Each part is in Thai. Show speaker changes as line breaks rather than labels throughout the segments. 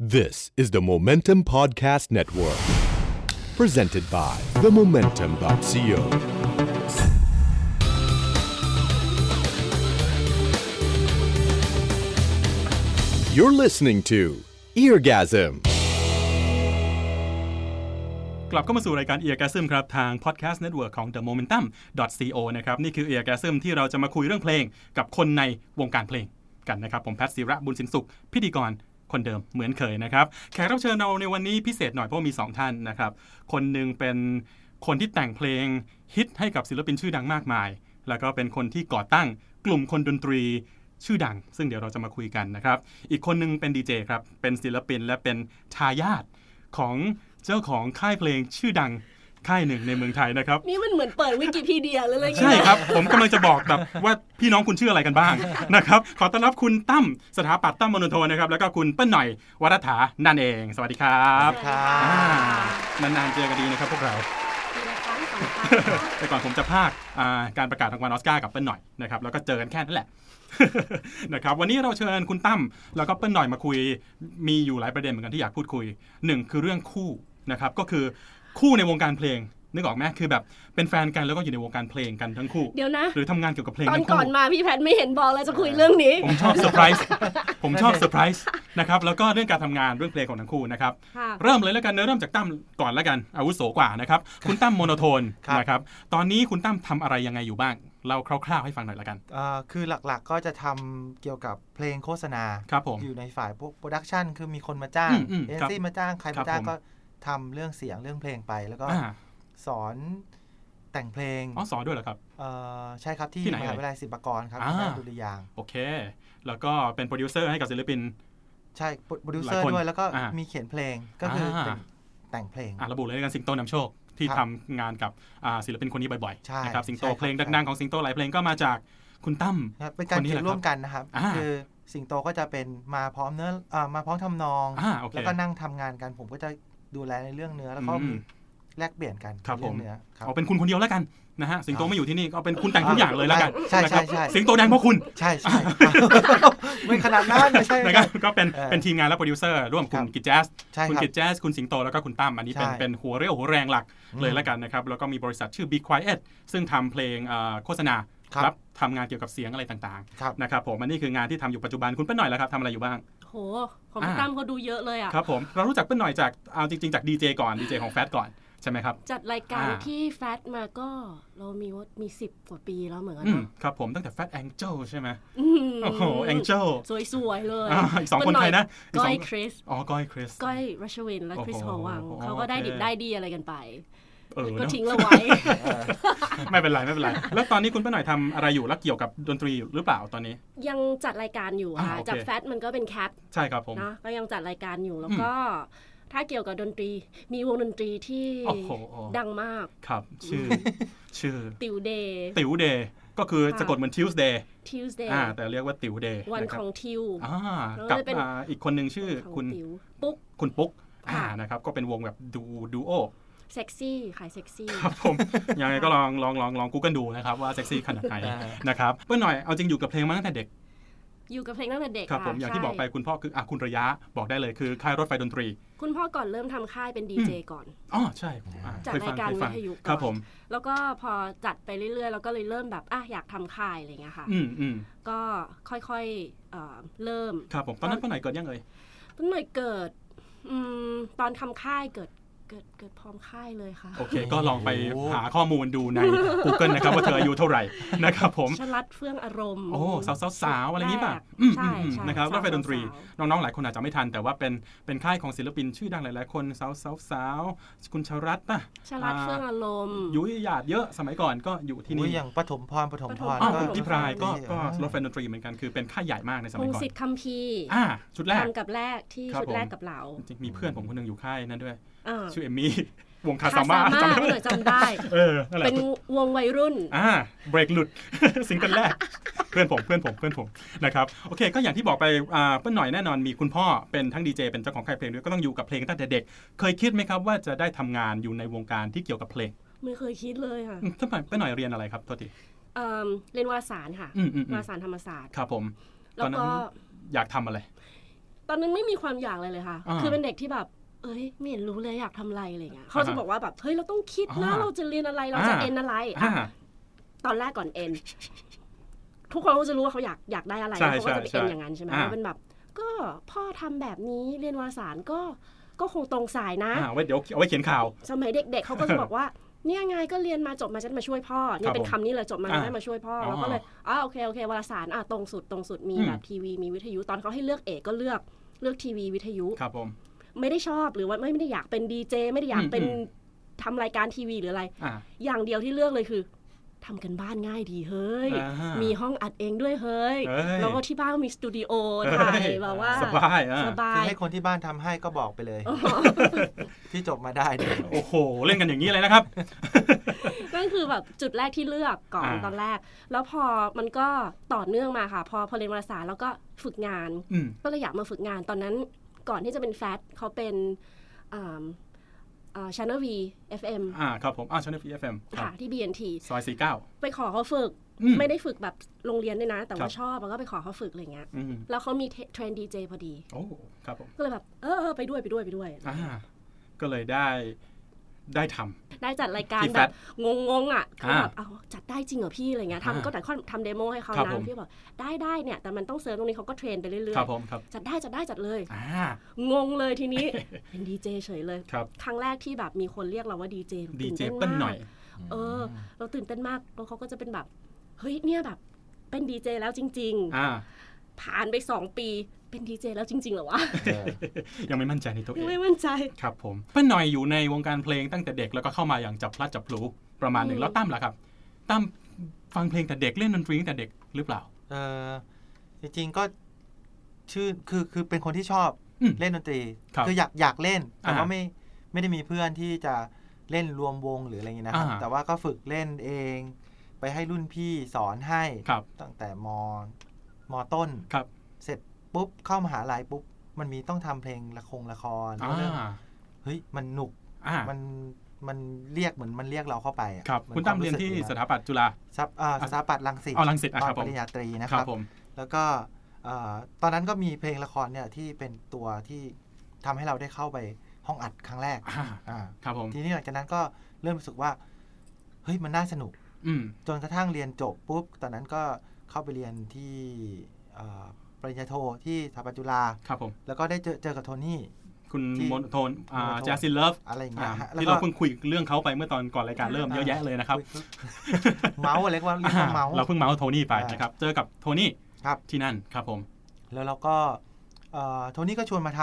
This is the Momentum Podcast Network, presented by themomentum.co. โ You're listening to Eargasm
กลับเข้ามาสู่รายการ e a r g a s m ครับทาง podcast network ของ The Momentum co นะครับ นี่คือ e a r g a s m ที่เราจะมาคุยเรื่องเพลงกับคนในวงการเพลงกันนะครับ ผมแพทย์ศิระบุญสินสุข พิธีกรคนเดิมเหมือนเคยนะครับ แขกรับเชิญเราในวันนี้พิเศษหน่อยเพราะมี 2 ท่านนะครับ คนหนึ่งเป็นคนที่แต่งเพลงฮิตให้กับศิลปินชื่อดังมากมาย แล้วก็เป็นคนที่ก่อตั้งกลุ่มคนดนตรี ชื่อดัง ซึ่งเดี๋ยวเราจะมาคุยกันนะครับ อีกคนหนึงเป็นดีเจครับ เป็นศิลปินและเป็นทายาทของเจ้าของค่ายเพลงชื่อดังค่ายหนึ่งในเมืองไทยนะครับ
นี่มันเหมือนเปิดวิกิพีเดียเลยเลย
ใช่ครับ ผมกำลังจะบอกแบบว่าพี่น้องคุณชื่ออะไรกันบ้าง นะครับ ขอต้อนรับคุณตั้มสถาปัตย์ตั้มมนุโทนะครับ แล้วก็คุณเปิ้ลหน่อย วรัฐานั่นเอง สวัสดีครับ
ครั
อ่า
บ
นานๆเจอกันดีนะครับพวกเรา
ทีละครั้งสองครั้ง
แต่ก่อนผมจะพากย์อ่าการประกาศรางวัลออสการ์กับเปิ้ลหน่อยนะครับแล้วก็เจอกันแค่นั้นแหละ นะครับวันนี้เราเชิญคุณตั้มแล้วก็เปิ้ลหน่อยมาคุย มีอยู่หลายประเด็นเหมือนกันที่อยากพูดคุยหนึ่งคือเรื่องคู่นะครับก็คือคู่ในวงการเพลงนึกออกไหมคือแบบเป็นแฟนกันแล้วก็อยู่ในวงการเพลงกันทั้งคู่
เดี๋ยวนะ
หรือทำงานเกี่ยวกับเพลง
ตอน
ทั้ง
ก่
คู่
อนมาพี่แพทย์ไม่เห็นบอกเลยจะคุยเรื่องนี้
ผมชอบเซอร์ไพรส์ ผมชอบเซอร์ไพรส์นะครับแล้วก็เรื่องการทำงานเรื่องเพลงของทั้งคู่นะครับ
ค่ะ
เริ่มเลยแล้วกันเนอะเริ่มจากตั้มก่อนแล้วกันอาวุโสกว่านะครับ คุณตั้มโมโนโทน
ครับ
นะครับตอนนี้คุณตั้มทำอะไรยังไงอยู่บ้างเล่าคร่าวๆให้ฟังหน่อยละกัน
เอ่อคือหลักๆก็จะทำเกี่ยวกับเพลงโฆษณา
ครับผม
อยู่ในฝ่ายพวกโปรดักชันคือมีคนมาจ้าง
อืมอืม
เอเจน
ครับ
ซี่มาจ้าง ใคร
ครับ
มาจ้าง
ผม
ก็ทำเรื่องเสียงเรื่องเพลงไป แล้วก็
อ่า
สอนแต่งเพลง
อ๋อสอนด้วยเหรอครับ
เอ่อใช่ครับที่
ที่ไหน
มหาวิทยาลัยศิลปากรครับ
อ่า
ที่ราชบุรียางค์
โอเค แล้วก็เป็นโปรดิวเซอร์ให้กับศิลปิน
ใช่โปรดิว
ห
เซ
ลา
อย ร์
คน
ด้วยแล้วก็
อ่ามี
มีเขียนเพลงก็คืออา เป็นแต่งเพลง
อ่ะระบุเลยแล้วกันสิงโตนำโชค ที่
ครั
ทำ
บ
งานกับอ่าศิลปินคนนี้บ่อย
ใช่
ๆนะครับสิงโต
ใช่ครับ
เพลง
ใช่
ดังๆของสิงโตหลายเพลงก็มาจากคุณตั้ม
นะครับเป็นการ
คนนี้
เขีย
แห
น
ละ
ร่วมกันนะครับ
อ่า
คือสิงโตก็จะเป็นมาพร้อมเนื้ออ่ามาพร้อมทำนอง
อ่าโอเค
แล้วก็นั่งทำงานกันผมก็จะดูแลในเรื่องเนื้อแล้วก็
อื
มี
ม
แลกเปลี่ยนกัน
ครับ
ใน
ผม
เรื่องเนื้อครับ
เอาเป็นคุณคนเดียวแล้วกันนะฮะสิงโต
ครับ
ไม่อยู่ที่นี่ก็เอาเป็นคุณแต่งทุกอย่างเลยแล้วกัน
ใช่
นะค
ใช่
รับ
ใช่
สิงโตแดงเพราะคุณ
ใช่ใช่ ไม่ขนาดนั้นไม่ใช่
นะ
ค
ครั
รั
บบ ก็เป็น
เออ
เป็นทีมงานและโปรดิวเซอร์ร่วมคุณ
ครับ
กิจแจ๊ส
ใช่
คุณ
ครับ
กิจแจ๊สคุณสิงโต แล้วก็คุณตั้มอันนี้เป็น
ใช่
เป็นหัวเรี่ยวหัวแรงหลัก
อืม
เลยแล้วกันนะครับ แล้วก็มีบริษัทชื่อ Be Quiet ซึ่งทำเพลงเอ่อโฆษณา
ครับ
ทำงานเกี่ยวกับเสียงอะไรต่าง
ครับ
ๆนะครับผมอันนี้คืองานที่ทำอยู่ปัจจุบันคุณเป้นหน่อยแล้วครับทำอะไรอยู่บ้าง
โห ของพี่
อ่า
ตั้มเขาดูเยอะเลยอ่ะ
ครับผมเรารู้จักเป้นหน่อยจากเอาจริง ๆ จากดีเจก่อนดีเจของแฟตก่อนใช่ไหมครับ
จัดรายการ
อ่า
ที่แฟตมาก็เรามีว่ามีสิบกว่าปีแล้วเหมือนกัน
อืม
เนอะ
ครับผมตั้งแต่แฟตแองเจิลใช่ไหม
ม
โอ้โหแองเจิล
สวยๆเลย
อีกสองคนใครนะอีกส
ก้อ
อย ง
คริส
อ๋อก้อยคริส
ก้อยรัชวินและ
โอ้โห
คริสหอวัง
โอ้โห
เขาก็ได้ดิบ
โอเค
ได้ดีอะไรกันไป
เออ
แล้
เน
วก็
อะ
ทิ้งเรา ไว้
ไม่เป็นไรไม่เป็นไรแล้วตอนนี้คุณเป้นหน่อยทำอะไรอยู่และเกี่ยวกับดนตรีอยู่หรือเปล่าตอนนี้
ยังจัดรายการอยู่
อ่า
ค่ะ
โอเค
จากแฟตมันก็เป็นแคท
ใช่ครับผม
นะก็ยังจัดรายการอยู่แล้วก็ถ้าเกี่ยวกับดนตรี มีวงดนตรีที่
โอ้โห
ดังมาก
ครับชื่ อชื่อ
ติวเดย์
ติ๋วเดย์ก็คือ
ค่ะ
สะกดเหมือน Tuesday
Tuesday
อ่าแต่เรียกว่าติ๋วเดย์
วัน
นะค
ข
รับ
องทิว
อ่า
แล้ว
กับ
จะเป็น
อ่าอีกคนหนึ่งชื่อ
ของ
คุณ
ติวปุ๊ก
คุณปุ๊กอ่า
ค่ะ
นะครับก็เป็นวงแบบดูดูโอ
เซ็กซี่ขายเซ็กซี่
ครับผม ยังไงก็ลองลองลองลองกูกันดูนะครับว่าเซ็กซี่ขนาดไหน
อ่า
นะครับเพื่อนหน่อยเอาจริงอยู่กับเพลงมาตั้งแต่เด็ก
อยู่กับเพลงตั้งแต่เด็ก
ครับผม
ะ
อย่างที่บอกไป
ใช่
คุณพ่อคืออ่ะคุณระยะบอกได้เลยคือค่ายรถไฟดนตรี
คุณพ่อก่อนเริ่มทำค่ายเป็นดีเจก่อน
อ๋อใช่อ่
จาก
เคยฟัง
รายการ
เคยฟัง
วิทยุก่อน
ครับผม
แล้วก็พอจัดไปเรื่อยๆ แล้วก็เลยเริ่มแบบอ่ะอยากทำค่ายอะไรอย่างเงี้ยค่ะ
อืมอืม
ก็ค่อยๆเอ่อเริ่ม
ครับผมตอนนั้นเพื่อนหน่อยเกิดยังเอ่ย
ต้นหน่อยเกิดอืมตอนทำค่ายเกิดเกิดเกิดพร้อมค่ายเลยค่ะ
โอเค ก็ลองไปหาข้อมูลดูใน Google นะครับว่าเธออายุเท่าไหร่นะครับผม
ชลัดเฟื่องอารมณ์
โอ้สาวๆสาวอะไรอย่างนี้ป่ะ
แรก
อืม
ใช่
อืม
ใช่
นะครับ
สาว
รถไฟดนตรี
สาว
น้องๆ หลายคนอาจจะไม่ทัน แต่ว่าเป็นเป็นค่ายของศิลปินชื่อดังหลายๆ คนสาวๆสาวคุณชรัตน์ป่ะ
ชลัดเฟื่องอารมณ์
ยุ้ยหยาดเยอะสมัยก่อนก็อยู่ที่
อุ๊ย
นี่
อย่างปฐมพรปฐมพร
อ้าว
ปฐ
คุณ
ม
พี่พรายก็ก็
อ่าร
ถไฟดนตรีเหมือนกันคือเป็นค่ายใหญ่มากในส
พ
มัย
ง
ก่อน
ศิษฐ์คำพีร์
อ่าชุดแรก
ทำกับแรกที่
ครับ
ชุดแร
ผ
ก
ม
กับเรา
จริงๆมีเพื่อนผมคนหนึ่งอยู่ค่ายนั้นด้วย
อ่า
ชื่อเอมมี่ วงคา
คา
ซา
ซา
ม่า
ม่า
จำได้ไห
เอ
ม
อจำได้
เออนั่นแหละ
เป็นวงวัยรุ่น
อ่าเบรกหลุด ซิงเกิลแรก เพื่อนผมเพื่อนผมเพื่อนผมนะครับโอเค ก็อย่างที่บอกไปอ่าเพื่อนหน่อยแน่นอนมีคุณพ่อเป็นทั้งดีเจเป็นเจ้าของค่ายเพลงด้วยก็ต้องอยู่กับเพลงตั้งแต่เด็ก เคยคิดไหมครับว่าจะได้ทำงานอยู่ในวงการที่เกี่ยวกับเพลง
ไม่เคยคิดเลยค่ะ
อืมทำไมเพื่อนหน่อยเรียนอะไรครับโทษที
เอิ่มเรียนวารสารค่ะ
อืมอืมอื
วาม รสารธรรมศาสตร์
ครับผม ต
แล้
อ
วน
นั้น
ก็
อยากทำอะไร
ตอนนั้นไม่มีความอยากเลยเลยค่ะ
อ่า
คือเป็นเด็กที่แบบ เอ้ยไม่เห็นรู้เลยอยากทำอะไรอะไรเงี้ยเขาจะ
อ่าฮะ
บอกว่าแบบเฮ้ยเราต้องคิดนะ
อ่า
เราจะเรียนอะไรเราจะ
อ่า
เอ็นอะไร
อ่า
อ่ะตอนแรกก่อนเอ็นทุกคนก็จะรู้ว่าเขาอยากอยากได้อะไร
ใช่
แล้วเขาก็จะไป
ใช่
เอ็น
ใช่
อย่างนั้นใช่ไหม
อ่า
แล้วเป็นแบบ ก็พ่อทำแบบนี้เรียนวารสารก็ก็คงตรงสายนะ
อ่าไว้เดี๋ยวเอาไว้เขียนข่าว
สมัยเด็กๆเขาก็จะบอก ว่า เนี่ยไงก็เรียนมาจบมาจะได้มาช่วยพ่อเนี่
ครั
ย
บ
เป็นคำนี้เลยจบมา
อ่า
จะได้มาช่วยพ่ออ
อ
เราก็เลยอ๋อโอเคโอเควารสารอ่ะตรงสุดตรงสุดมี
อืม
แบบทีวีมีวิทยุตอนเขาให้เลือกเอกก็เลือกเลือกทีวีวิทยุ
ครับผม
ไม่ได้ชอบหรือว่าไม่ไม่ได้อยากเป็นดีเจไม่ได้อยากเป็น
อืม
ทำรายการทีวีหรืออะไร
อ่า
อย่างเดียวที่เลือกเลยคือทำกันบ้านง่ายดีเฮ้ย
อ่าฮะ
มีห้องอัดเองด้วยเฮ้ย
เฮ้ย
แล้วก็ที่บ้านก็มีสตูดิโอถ่ายแบบว่า
สบายอ่ะ
ส
คื
บา
อย ให้คนที่บ้านทำให้ก็บอกไปเลย
อ๋อ
ที่จบมาได้เนี่ย
โอ้โห เล่นกันอย่างนี้เลยนะครับ
ก็คือแบบจุดแรกที่เลือกก่อน
อ่า
ตอนแรก แล้วพอมันก็ต่อเนื่องมาค่ะ พอพอเรียนวารสารแล้วก็ฝึกงาน
อืม
ก็เลยอยากมาฝึกงานตอนนั้นก่อนที่จะเป็นแฟตเขาเป็นชานอวีเอฟเอ็ม
อ่า ครับผม อ่าช anel PFM ครับ
ค่ะที่ BNT
ซอยสี่เก้า
ไปขอเขาฝึก
อืม
ไม่ได้ฝึกแบบโรงเรียนด้วยนะ แต่
ครั
ว่า
บ
ชอบแล้วก็ไปขอเขาฝึกอะไรเงี้ย
อืม
แล้วเขามีเทรนดีเจพอดี
โอ้ ครับผม
ก็เลยแบบเออเออไปด้วยไปด้วยไปด้วย
อ่า ก็เลยได้ได้ท
ได้จัดรายการ
ที่
แบบงงๆอ่ะคืออา แบบเอาจัดได้จริงเหรอพี่อะไรเงี้ย
อ่า
ทำก็แต่ข้อทำเดโมให้เขา
ครับ
นะ
ผม
พี่บอกได้ได้เนี่ยแต่มันต้องเซิร์ฟตรงนี้เขาก็เทรนไปเรื่อ
ำ
ย
ครับผมครับ
ๆจัดได้จัดได้จัดเลย
อ่า
งงเลยทีนี้ เป็นดีเจเฉยเลย
ครับ
ครั้งแรกที่แบบมีคนเรียกเราว่าดีเจ
ดี
ตื่น
เจ
เต้น
เปิ้ลหน่
มา
อก ย
เออ เราตื่นเต้นมากแล้วเขาก็จะเป็นแบบเฮ้ยเนี่ยแบบเป็นดีเจแล้วจริง
อ่า
ๆ ผ่านไปสองปีเป็นดีเจแล้วจริงๆเหรอวะ
ยังไม่มั่นใจในตัวเอ
ยัง
ง
ไม่มั่นใจ
ครับผม เปิ้ลหน่อยอยู่ในวงการเพลงตั้งแต่เด็กแล้วก็เข้ามาอย่างจับพลัดจับพลูประมาณหนึ่ง
อืม
แล้วตั้มล่ะครับตั้มฟังเพลงแต่เด็กเล่นดนตรีตั้งแต่เด็กหรือเปล่า
เออจริงๆก็ชื่อคือคือเป็นคนที่ชอบ
อืม
เล่นดนตรี
ครับ
ออยากอยากเล่น แต่ว่า
อ่า
ไม่ไม่ได้มีเพื่อนที่จะเล่นรวมวงหรืออะไรอย่างนี้นะครับ
อ่า
แต่ว่าก็ฝึกเล่นเอง ไปให้รุ่นพี่สอนให้
ครับ
ตั้งแต่มมต้น
ครับ
เสร็จปุ๊บเข้ามหาลัยปุ๊บ มันมีต้องทำเพลงละครละคร
อ่
ก็เริ่มา เฮ้ยมันหนุก
อ่า
มันมันเรียกเหมือนมันเรียกเราเข้าไปอะ
ครับ
หอ
คุณตั้มเรียน
วาสึก
ที่
อะ
สถาปัตย์จุฬา
สับอ่าสถาปัตย์รังสิต
อ๋อรังสิตอ่ะ
ต
ค
อ
รั
น
บ
ป
ผม
ริญญาตรีนะ
ค
ค
รั
รั
บบ ผม
แล้วก็เอ่อตอนนั้นก็มีเพลงละครเนี่ยที่เป็นตัวที่ทำให้เราได้เข้าไปห้องอัดครั้งแรก
อ่า
อ่า
ครับผม
ทีนี้หลังจากนั้นก็เริ่มรู้สึกว่า เฮ้ยมันน่าสนุก
อืม
จนกระทั่งเรียนจบปุ๊บ ตอนนั้นก็เข้าไปเรียนที่เอ่อปริญญาโทที่สถาปัตย์จุฬา
ครับผม
แล้วก็ได้เจอเจอกับโทนี่
คุณ
ที่
มนโทนอ่า
โมนโทน
แจสซินเลิฟ
อะไรอย่างเงี้
อ่าย
ฮะแล้ว
ที่
ก็
เราเพิ่งคุยเรื่องเขาไปเมื่อตอนก่อนรายการเริ่มเยอะแยะเลยนะครับ
ยเมาส์อะไรก็ว่าเรียก
อ่า
ว่าเมาส์
เราเพิ่งเมาส์โทนี่ไป
อ่าน
นะครับ เจอกับโทนี่
ครับ
ที่นั่นครับผม
แล้วเราก็เอ่อโทนี่ก็ชวนมาท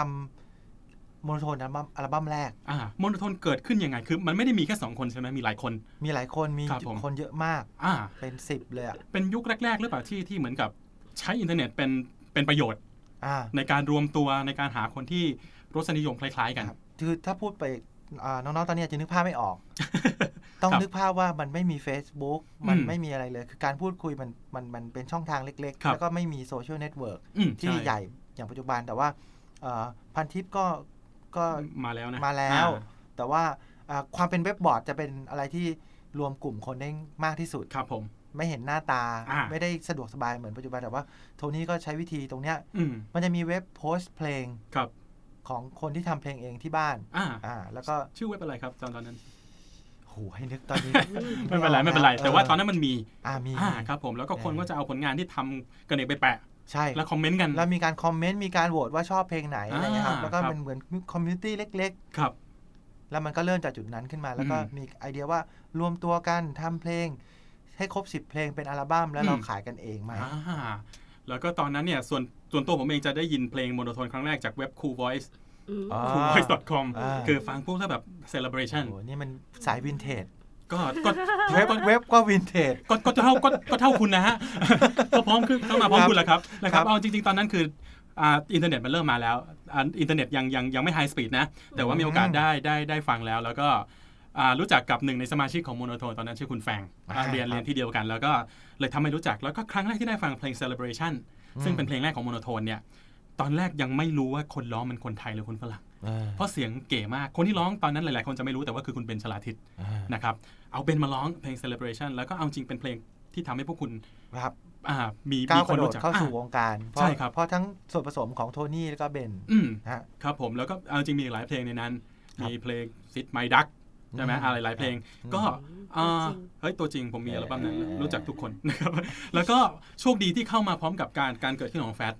ำโมโนโทนอัลบั้มอัลบั้มแรก
อ่ามนโทนเกิดขึ้นยังไง คือมันไม่ได้มีแค่สองคนใช่ไหมมีหลายคน
มีหลายคนมี
ครับผม
คนเยอะมาก
อ่า
เป็นสิบเลยอะ
เป็นยุคแรก ๆ หรือเปล่าที่ที่เหมือนกับใช้อินเทอร์เน็ตเป็นเป็นประโยชน์
อ่า
ในการรวมตัวในการหาคนที่รสนิยมคล้าย ๆ กัน
ครับคือถ้าพูดไปอ่าน้อง ๆ ตอนนี้อาจจะนึกภาพไม่ออก ต้อง
ครับ
นึกภาพว่ามันไม่มี Facebook มัน
อืม
ไม่มีอะไรเลย คือการพูดคุยมันมันมันเป็นช่องทางเล็ก
ครั
ๆ
บ
แล้วก็ไม่มีโซเชียลเน็ตเวิร์ก
อืม
ที่
ช่
ใหญ่อย่างปัจจุบันแต่ว่าเอ่อพันทิปก็ก็
มาแล้วนะ
มาแล้ว
อ่
แต่ว่าอ่าความเป็นเว็บบอร์ดจะเป็นอะไรที่รวมกลุ่มคนได้มากที่สุด
ครับผม
ไม่เห็นหน้าตา
อ่า
ไม่ได้สะดวกสบายเหมือนปัจจุบันแต่ว่าโทนี่ก็ใช้วิธีตรงเนี้ย
อืม
มันจะมีเว็บโพสต์เพลง
ครับ
ของคนที่ทำเพลงเองที่บ้าน
อ่า
อ่าแล้วก็
ชื่อเว็บอะไรครับตอนตอนนั้น
โหให้นึกตอนนี้
ไม่เป็นไรไม่เป็นไร แต่ว่าตอนนั้นมันมี
อ่ามี
อ่าครับผมแล้วก็คนก็จะเอาผลงานที่ทำกันเองไปแปะ
ใช่
แล้วคอมเมนต์กัน
แล้วมีการคอมเมนต์มีการโหวตว่าชอบเพลงไหน
อ่า
อะไรเงี้ยครับแล้วก็
ครับ
เป็นเหมือนคอมมูนิตี้เล็ก
ครับ
ๆ แล้วมันก็เริ่มจากจุดนั้นขึ้นมา แล้วก็
อืม
มีไอเดียว่ารวมตัวกันทำเพลง ให้ครบ 10 เพลงเป็นอัลบั้มแล้วเรา
อืม
ขายกันเองไหม
อ่าแล้วก็ตอนนั้นเนี่ยส่วนส่วนตัวผมเองจะได้ยินเพลงโมโนโทนครั้งแรกจากเว็บ Cool Voice
อืม
อ่า
Cool Voice com
อ่า
คือฟังปุ๊บแล้วแบบ celebration
โหนี่มันสายวินเทจ
ก็ ก็
เว็บเว็บก็วินเทจ
ก็ก็เท่าก็ก็เท่าคุณนะฮะ ก็พร้อมขึ้นเข้ามาพร้อมคุณแหละครับนะค
ครั
รับบ เอาจริง ๆ ตอนนั้นคืออ่าอินเทอร์เน็ตมันเริ่มมาแล้วอ่าอินเทอร์เน็ตยังยังยังไม่ไฮสปีดนะ แต่ว่ามีโอกาส
อืม
ได้ได้ได้ฟังแล้ว แล้วก็อ่ารู้จักกับหนึ่งในสมาชิกของโมโนโทนตอนนั้นชื่อคุณแฟงอ่า
อ่า
เรียน
ครับ
เรียนที่เดียวกัน แล้วก็เลยทำให้รู้จักแล้วก็ครั้งแรกที่ได้ฟังเพลง celebration ซึ่งเป็นเพลงแรกของโมโนโทนเนี่ย ตอนแรกยังไม่รู้ว่าคนร้องมันคนไทยหรือคนฝรั่ง
อ่า
เพราะเสียงเก๋มาก คนที่ร้องตอนนั้นหลาย ๆ คนจะไม่รู้แต่ว่าคือคุณเบนชลาทิศ
อ่า
นะครับ เอาเบนมาร้องเพลง celebration แล้วก็เอาจริงเป็นเพลงที่ทำให้พวกคุณ
ครับ
อ่ามี
ก้า
มี
ว
ค
ก
น
ระโด
รู้
ด
จัก
เข้าสู่ว
อ่ะ
งการเพราะ
ใช่ครับ
เพราะทั้งส่วนผสมของโทนี่แล้วก็เบน
อืม
นะฮะ
ครับผมแล้วก็เอาจริงมีอีกหลายเพลงในนั้น
ครับ
มีเพลงซิดไมดักใช่ไหม
อืม
อะไรหลายเพลง
อืม
ก็
อืม
อ่า
ตัวจริง
เฮ้ยตัวจริงผมมีอัลบั้มนั้นรู้จักทุกคน นะครับ แล้วก็โชคดีที่เข้ามาพร้อมกับการการเกิดขึ้นของแฟต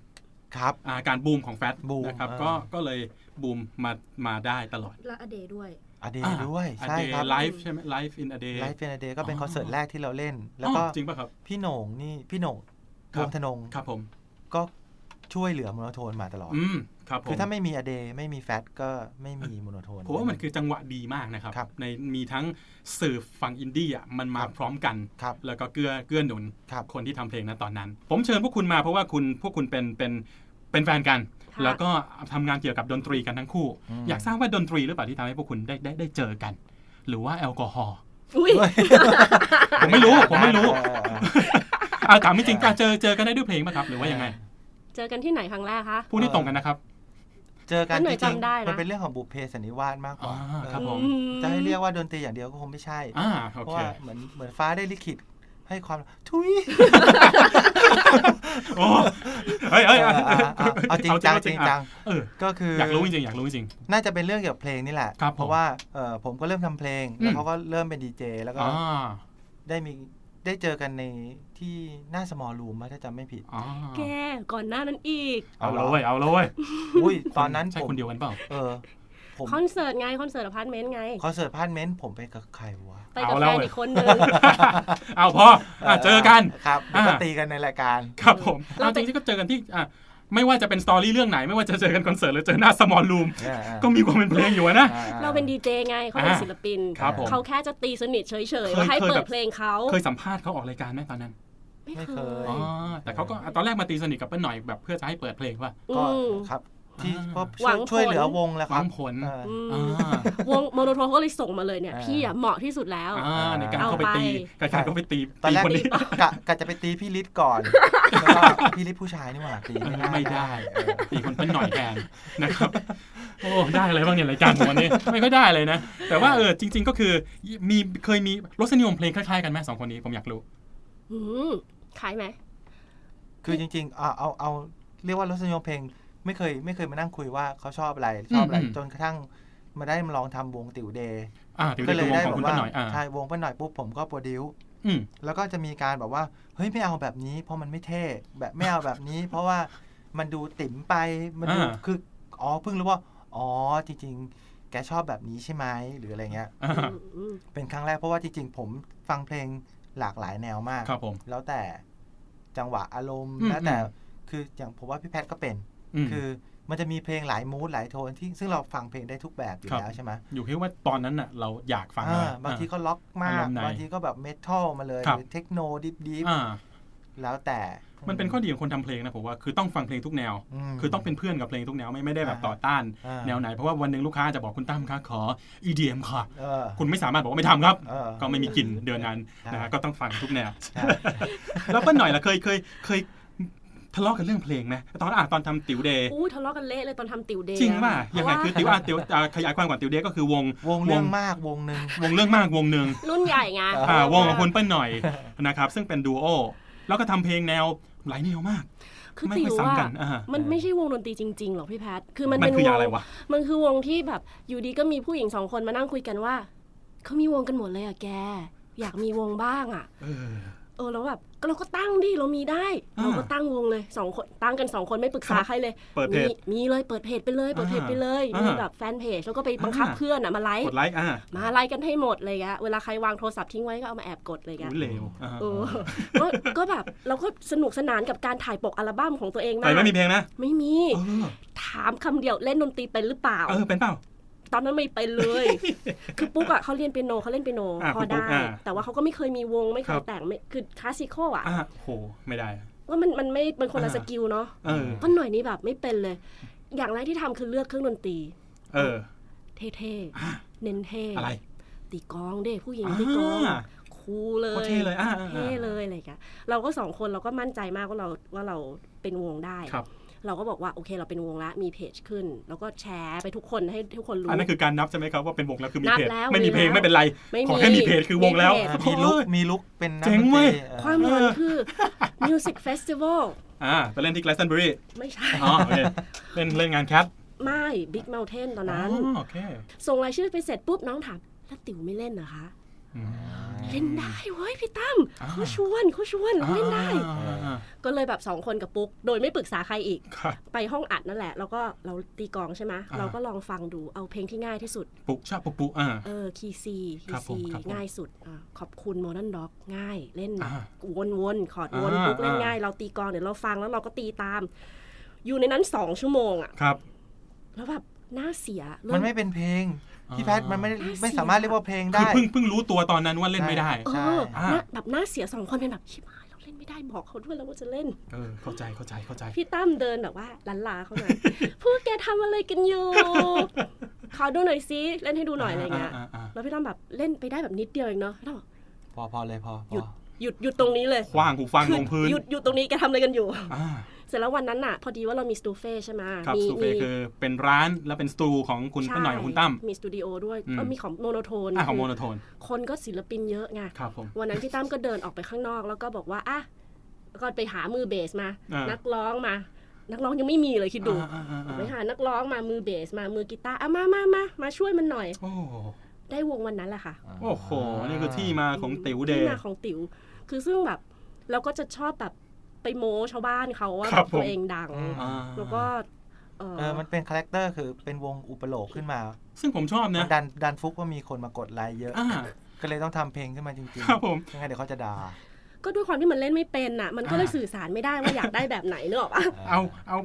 ครับ
อ่าการบูมของแฟต
บูม
นะครับ
อ่า
ก็ก็เลยบูมมามาได้ตลอด
และอเดย์ด้วย
อเดย์ด้วย
อ่า
ใช่
A Day
ครับ
Life ใช่ไหม Life in a Day
ไลฟ์เฟนเดย์ก็เป็น
อ๋อ
คอนเสิร์ตแรกที่เราเล่น แล้วก็
อ๋อจริงป่ะครับ
พี่โหน่งนี่พี่โหน่ง
ครั
ว
บ
งธนง
ครับผม
ก็ช่วยเหลือโมโนโทนมาตลอด
อืมครับผม
คือถ้าไม่มีอเดย์ไม่มีแฟตก็ไม่มีโมโนโทน
ผมว่ามันคือจังหวะดีมากนะครับ
ครับ
ในมีทั้งสื่อฝั่งอินดี้อ่ะมันมา
ครับ
พร้อมกัน
ครับ
แล้วก็เกื้อเกื้อหนุน
ครับ
คนที่ทำเพลงนั้นตอนนั้น ผมเชิญพวกคุณมาเพราะว่าคุณพวกคุณเป็นเป็นเป็นแฟนกัน
ค่ะ
แล้วก็ทำงานเกี่ยวกับดนตรีกันทั้งคู่
อืม
อยากทราบว่าดนตรีหรือเปล่าที่ทำให้พวกคุณได้ได้ได้เจอกัน หรือว่าแอลกอฮอล์
อุ้ย
ผมไม่รู้ผมไม่รู้
เออเออ
อ่ะถามจริงๆอ่ะเจอเจอกันได้ด้วยเพลงไหมครับ หรือว่ายังไง
เจอกันที่ไหนครั้งแรกคะ
พูดที่ตรงกันนะครับ
เจอกัน
แล้วหน่
จ
อย
ริง
จำได้นะ
ๆมันเป็นเรื่องของบุพเพสันนิวาสมากกว่า
อ่าครับ
เอ
ผม
อื
อ
ม
จะให้เรียกว่าดนตรีอย่างเดียวก็คงไม่ใช่
อ่าโอ
เพราะ
เค
ว่าเหมือนเหมือนฟ้าได้ลิขิตให้ความทุย
โอ้เฮ้ยเฮ้ย
เอ
เฮ้ย
อเอาเอาเอาจริงจังจริงจัง
เออ
ก็คืออย
อากรู้จริงๆอยากรู้จริง
น่าจะเป็นเรื่องเกี่ยวกับเพลงนี่แหละ
ครับผม
เพราะว่าเอ่อผมก็เริ่มทำเพลง
อืม
แล้วเขาก็เริ่มเป็นดีเจแล้ว
ๆ
ก็
อ่า
ได้มีได้เจอกันในที่หน้าสมอลรูมถ้าจำไม่ผิด
อ๋อ
แกก่อนหน้านั้นอีก
เอาละเว้ยเอาละเว้ย
อุ้ยตอนนั้น
ใช่
ผม
คนเดียวกันเปล่า
เออผม
คอนเสิร์ตไง คอนเสิร์ตอพาร์ตเมนต์ไง
คอนเสิร์ตพาร์ทเมนต์ผมไปกับใครวะ
ไปกับ
เอาแล้
แฟ
วน เว้ย
อีกคนนึง
เอาพออ่ะเจอกัน
ครับแล้วก็
อ่า
ตีกันในรายการ
ครับผม
เรา
เอาจ
ไป
ริงๆก็เจอกันที่อ่ะไม่ว่าจะเป็นสตอรี่เรื่องไหน ไม่ว่าจะเจอกันคอนเสิร์ตหรือเจอหน้าสมอลรูม
อ่าอ่า
ก็มีความเป็นเพลงอยู่อะนะ
อ่อ่
เราเป็นดีเจไงเขาเป็น
อ่า
ศิลปิน
ครับผม
เขาแค่จะตีสนิทเฉย
เค
ๆ
ย
แล้วให้
เคย
เปิ
แบ
ด
บ
เพลงเขา
เคยสัมภาษณ์เขาออกรายการไหมตอนนั้น
ไม่
ไม่
เค
เคย
ย
อ๋อแต่เขาก็อ่ะตอนแรกมาตีสนิทกับเป้าหน่อยแบบเพื่อจะให้เปิดเพลงว่า
อื
ก็
ม
ครับที่
อ่า
ก็
ห
ช่
วั
วย
งผล
ช่วยเหลือวงแหล้ว
ค
ครั
วา
บ
มผล
เออ
อืม
อ่าว
งโมโนโทนเขาก็เลยส่งมาเลยเนี่ย
อ่า
พี่อ่ะเหมาะที่สุดแล้ว
อ่าในการเข้าไปตีการเข้าไปตี
ตอน
ตี
แรก
คนนี้
กะกะจะไปตีพี่ฤทธิ์ก่อน แล้ว ก็พี่ฤทธิ์ผู้ชายนี่หว่าตี
ไม่
ไม่
ได้
ได้เออ
ตีคนเป็นหน่อยแทนนะครับ โอ้ได้อะไรบ้างเนี่ยรายการผม วันนี้ไม่ค่อยได้เลยนะ แต่ว่าเออจริง ๆ ก็คือมีเคยมีรสนิยมเพลงคล้ายๆกันไหมสองคนนี้ผมอยากรู้
อืมขายไหม
คือจริงๆเอาเอาเอาเรียกว่ารสนิยมเพลง ไม่เคยไม่เคยมานั่งคุยว่าเขาชอบอะไรชอบอะไร
อืม
จนกระทั่งมาได้มาลองทำวงติ๋วเดย์
อ่าเดี๋ยว
ก็
เดี๋ยว
เล
ดู
ยว
งของคุณ
ได้แบบ
ป้า
ว่า
หน่อยอ่า
ใช่วงป้าหน่อยปุ๊บผมก็โปรดิวซ์
อืม
แล้วก็จะมีการแบบว่าเฮ้ยไม่เอาแบบนี้ เพราะมันไม่เท่แบบไม่เอาแบบนี้ เพราะว่ามันดูติ๋มไปมันดูคืออ๋อเพิ่งรู้ว่าอ๋อจริง ๆ แกชอบแบบนี้ใช่ไหมหรืออะไรเงี้ย
อ่า
อืม
เป็นครั้งแรกเพราะว่าจริงๆ ผมฟังเพลงหลากหลายแนวมาก
ครับผม
แล้วแต่จังหวะอารมณ์
อืม
แล้วแต่
อืม
คืออย่างผมว่าพี่แพทย์ก็เป็น
ม
คือมันจะมีเพลงหลายมูดหลายโทนที่ซึ่งเราฟังเพลงได้ทุกแบบอยู่
ครับ
แล้วใช่ไหม
อยู่ที่ว่าตอนนั้นน่ะ เราอยากฟัง
อ่า
อะไร
บางทีก็ล็อกมาก
อารมณ์ไหน
บางทีก็แบบเมทัลมาเลย
ครั
ห
บ
รือเทคโนดิบดิบ
อ่า
แล้วแต่
มันเป็นข้อดีของคนทำเพลงนะผมว่าคือต้องฟังเพลงทุกแนว
ม
คือต้องเป็นเพื่อนกับเพลงทุกแนวไม่ไม่ได้แบบ
อ่า
ต่อต้าน
อ่า
แนวไหนเพราะว่าวันหนึ่งลูกค้าจะบอกคุณตั้มคะขอ EDM ค่ะ
เออ
คุณไม่สามารถบอกว่าไม่ทำครับ
เออ
ก็ไม่มีกลิ่นเดือนนั้น
ใช่
นะฮะก็ต้องฟังทุกแนว
ใช่
แล้วเปิ้ลหน่อยล่ะเคยเคยเคยทะเลาะกันเรื่องเพลงไหมตอนอ่ะตอนทำติ๋วเดย์
อู้ทะเลาะกันเละเลยตอนทำติวเดย์
จริงป่ะ
เพ
ยัง
ราะ
ไง
ว่า
คือติ๋วอ่ะติ๋วอ่ะขยายความก่อนติ๋วเดย์ก็คือวง
วงเรื่องมากวงหนึ่ง
วงเรื่องมากวงหนึ่ง
รุ่นใหญ่ไง
อ่า
อ่า
วงของคุณเปิ้ลหน่อยนะครับ ซึ่งเป็นดูโอแล้วก็ทำเพลงแนวหลายแนวมาก
คือ
ไม่
ติ
ค่อ
วย
ซ้ำกั
อ่ะ
นอ่า
มันไม่ใช่วงดนตรีจริงๆหรอกพี่แพทย์คือมัน
มัน
เป็น
คือ
ว
อย่าง
ง
ไรวะ
มันคือวงที่แบบอยู่ดีก็มีผู้หญิงสองคนมานั่งคุยกันว่าเขามีวงกันหมดเลยอะแก อยากมีวงบ้างอะ
เออ
เออแล้วแบบก็เราก็ตั้งดิเรามีได้
อ่า
เราก็ตั้งวงเลยสองคนตั้งกันสองคนไม่ปรึกษาใครเลย
เปิดเพ
มี
จ
มีเลยเปิดเพจไปเลยเปิดเพจไปเลย
อ่ามี
มีแบบแฟนเพจแล้วก็ไปบังคับ
อ่า
เพื่อนอะมาไล
ก
ค์
ดไลค์อ่า
มาไลค์กันให้หมดเลยอะเวลาใครวางโทรศัพท์ทิ้งไว้ก็เอามาแอบกดเลยอะ
อุ๊ยเลวอ่า
เออก็ก็แบบเราก็สนุกสนานกับการถ่ายปกอัลบั้มของตัวเอง
แต่
มาก
ไม่มีเพลงนะ
ไม่มี
เออ
ถามคำเดียวเล่นดนตรีเป็นหรือเปล่า
เออเป็นเปล่า
ตอนนั้นไม่เป็นเลย คือปุ๊กอะเขาเรียนเปียโนเขาเล่นเปียโน
อ่ะ
พอ
คุณปุ๊
ได้
กอ่ะ
แต่ว่าเขาก็ไม่เคยมีวงไม่เค
ครั
ย
บ
แต่งไม่คือคลาสสิคอลอะ
อ่าโหไม่ได้
ว่ามันมันไม่เป็นคนละ
อ่า
สกิลเนาะ
เออ
ก็หน่อยนี้แบบไม่เป็นเลย อย่างแรกที่ทำคือเลือกเครื่องดนตรี
เออ
เท่ๆ เน้นเท่
อะไร
ตีกลองเด็กผู้หญิงตีกลอง
อ่า
คูลเลย
โคตรเท่เลยอ่าอ่าอ่า
เท่เลยอะไรอย่างเงี้ยเราก็สองคนเราก็มั่นใจมากว่าเราว่าเราเป็นวงได้
ครับ
เราก็บอกว่าโอเคเราเป็นวงละมีเพจขึ้น แล้วก็แชร์ไปทุกคนให้ทุกคนรู้
อันนั้นคือการนับใช่ไหมครับว่าเป็นวงแล้วคือมี
นับ
เพจ
แล้ว
ไม่มีเพลง
มีแล้ว
ไม่เป็นไร
ไม่มี
ขอแค่มีเพจคือวงแล้ว
มีเพจ
อ่ามีลุกมีลุกเป็นนักดน
เจ๋งเว้
ตรี
ย
เออ
ความร้อนคือ Music Festival
อ่าไปเล่นที่ไกลซันเบอรี่
ไม่ใช่
อ๋อโอเคเล่นเล่นงานแคท
ไม่ Big Mountain ตอน
อ๋อ
นั้น
โอเค
ส่งรายชื่อไปเสร็จปุ๊บน้องถาม แล้วติ๋วไม่เล่นเหรอคะ
อืม
เล่นได้เว้ยพี่ตั้ม
อ่า
เขาชวนเขาชวนเล่นได้
อ่า
ก็เลยแบบสองคนกับปุ๊ก โดยไม่ปรึกษาใครอีก
ครับ
ไปห้องอัดนั่นแหละ แล้วก็เราตีกลองใช่ไหม
อ่า
เราก็ลองฟังดูเอาเพลงที่ง่ายที่สุด
ปุกชาปุกปุกอ่า
เออคีซีคี
ครับผ
ซี
มครับผม
ง่ายสุดอาขอบคุณโมเดิร์นด็อกง่าย เล่น
อ่า
วนวนๆ คอร์ดวน
อ่า
ปุ๊กเล่น
อ่า
ง่าย เราตีกลองเดี๋ยวเราฟังแล้วเราก็ตีตาม อยู่ในนั้นสองชั่วโมงอะ
ครับ
แล้วแบบหน้าเสียเริ่
มันไม่เป็นเพลงพี่แพทย์
อ่ามั
มันไม่ได้
น่าเสีย
ไม่สามารถเรียกว่าเพลง
คือ
ได้
เพิ่งเพิ่งรู้ตัวตอนนั้นว่าเล่นไม่ได้
เอ
ใช่
อ
อ่า
หน้าแบบหน้าเสียสองคนเป็นแบบชิบหายเราเล่นไม่ได้บอกเขาด้วยแล้วว่าจะเล่น
เออเข้าใจเข้าใจเข้าใจ
พี่ตั้มเดินแบบว่าลันลาเข้า มา พวกแกทำอะไรกันอยู่ ขอดูหน่อยซิเล่นให้ดูหน่อยอะไรเงี้ย
อ่าอ่าอ่า
แล้วพี่ตั้มแบบเล่นไปได้แบบนิดเดียวเองเนาะพี่ตั้มบอก
พอพอเลยพอพ
หยุ
อ
ดหยุดหยุดตรงนี้เลย
คว้างหูฟัง
คือ
ลงพื้น
หยุดหยุดตรงนี้แกทำอะไรกันอยู่
อ่า
เสร็จแล้ววันนั้นน่ะ พอดีว่าเรามีสตูเฟ่ใช่ไหม
ครับ
มี
สูเฟคือเป็นร้านและเป็นสตูของคุณ
ใช่
ป้าหน่อยคุณตั้ม
มีสตูดิโอด้วย
อืม
เอ้อมีของโมโนโทน
อ่าของโมโนโทน
คนก็ศิลปินเยอะไง
ครับผม
วันนั้นพี่ตั้มก็เดินออกไปข้างนอกแล้วก็บอกว่าอ่ะก็ไปหามือเบสมา
อ่านั
นักร้องมา นักร้องยังไม่มีเลยคิดดู
อ่าอ่าอ่า
ไปหานักร้องมามือเบสมามือกีตาร์อ่ะมามามามาช่วยมันหน่อย
โอ้โห
ได้วงวันนั้นแหละค่ะ
โอ้โหนี่คือที่มาของติ๋วเด
ที่
ย์
มาของติ๋วคือซึ่งแบบเราก็จะชอบแบบไปโม้ชาวบ้านเขาว่า
ครับ
ตัว
ผม
เองดัง
อืม
อ่า
แล้วก็เออ
เออมันเป็นคาแรคเตอร์คือเป็นวงอุปโลกขึ้นมา
ซึ่งผมชอบ
มั
นะ
นดันดันฟุกว่ามีคนมากดไลค์เยอะ
อ่า
ก็เลยต้องทำเพลงขึ้นมาจริง
ครับผม
ยังไงเดี๋ยวเขาจะด่า
ก็ด้วยความที่มันเล่นไม่เป็นน่ะ มันก็เลย
อ่า
สื่อสารไม่ได้ว่าอยากได้แบบไหนเนกอะปะ
เอาเอา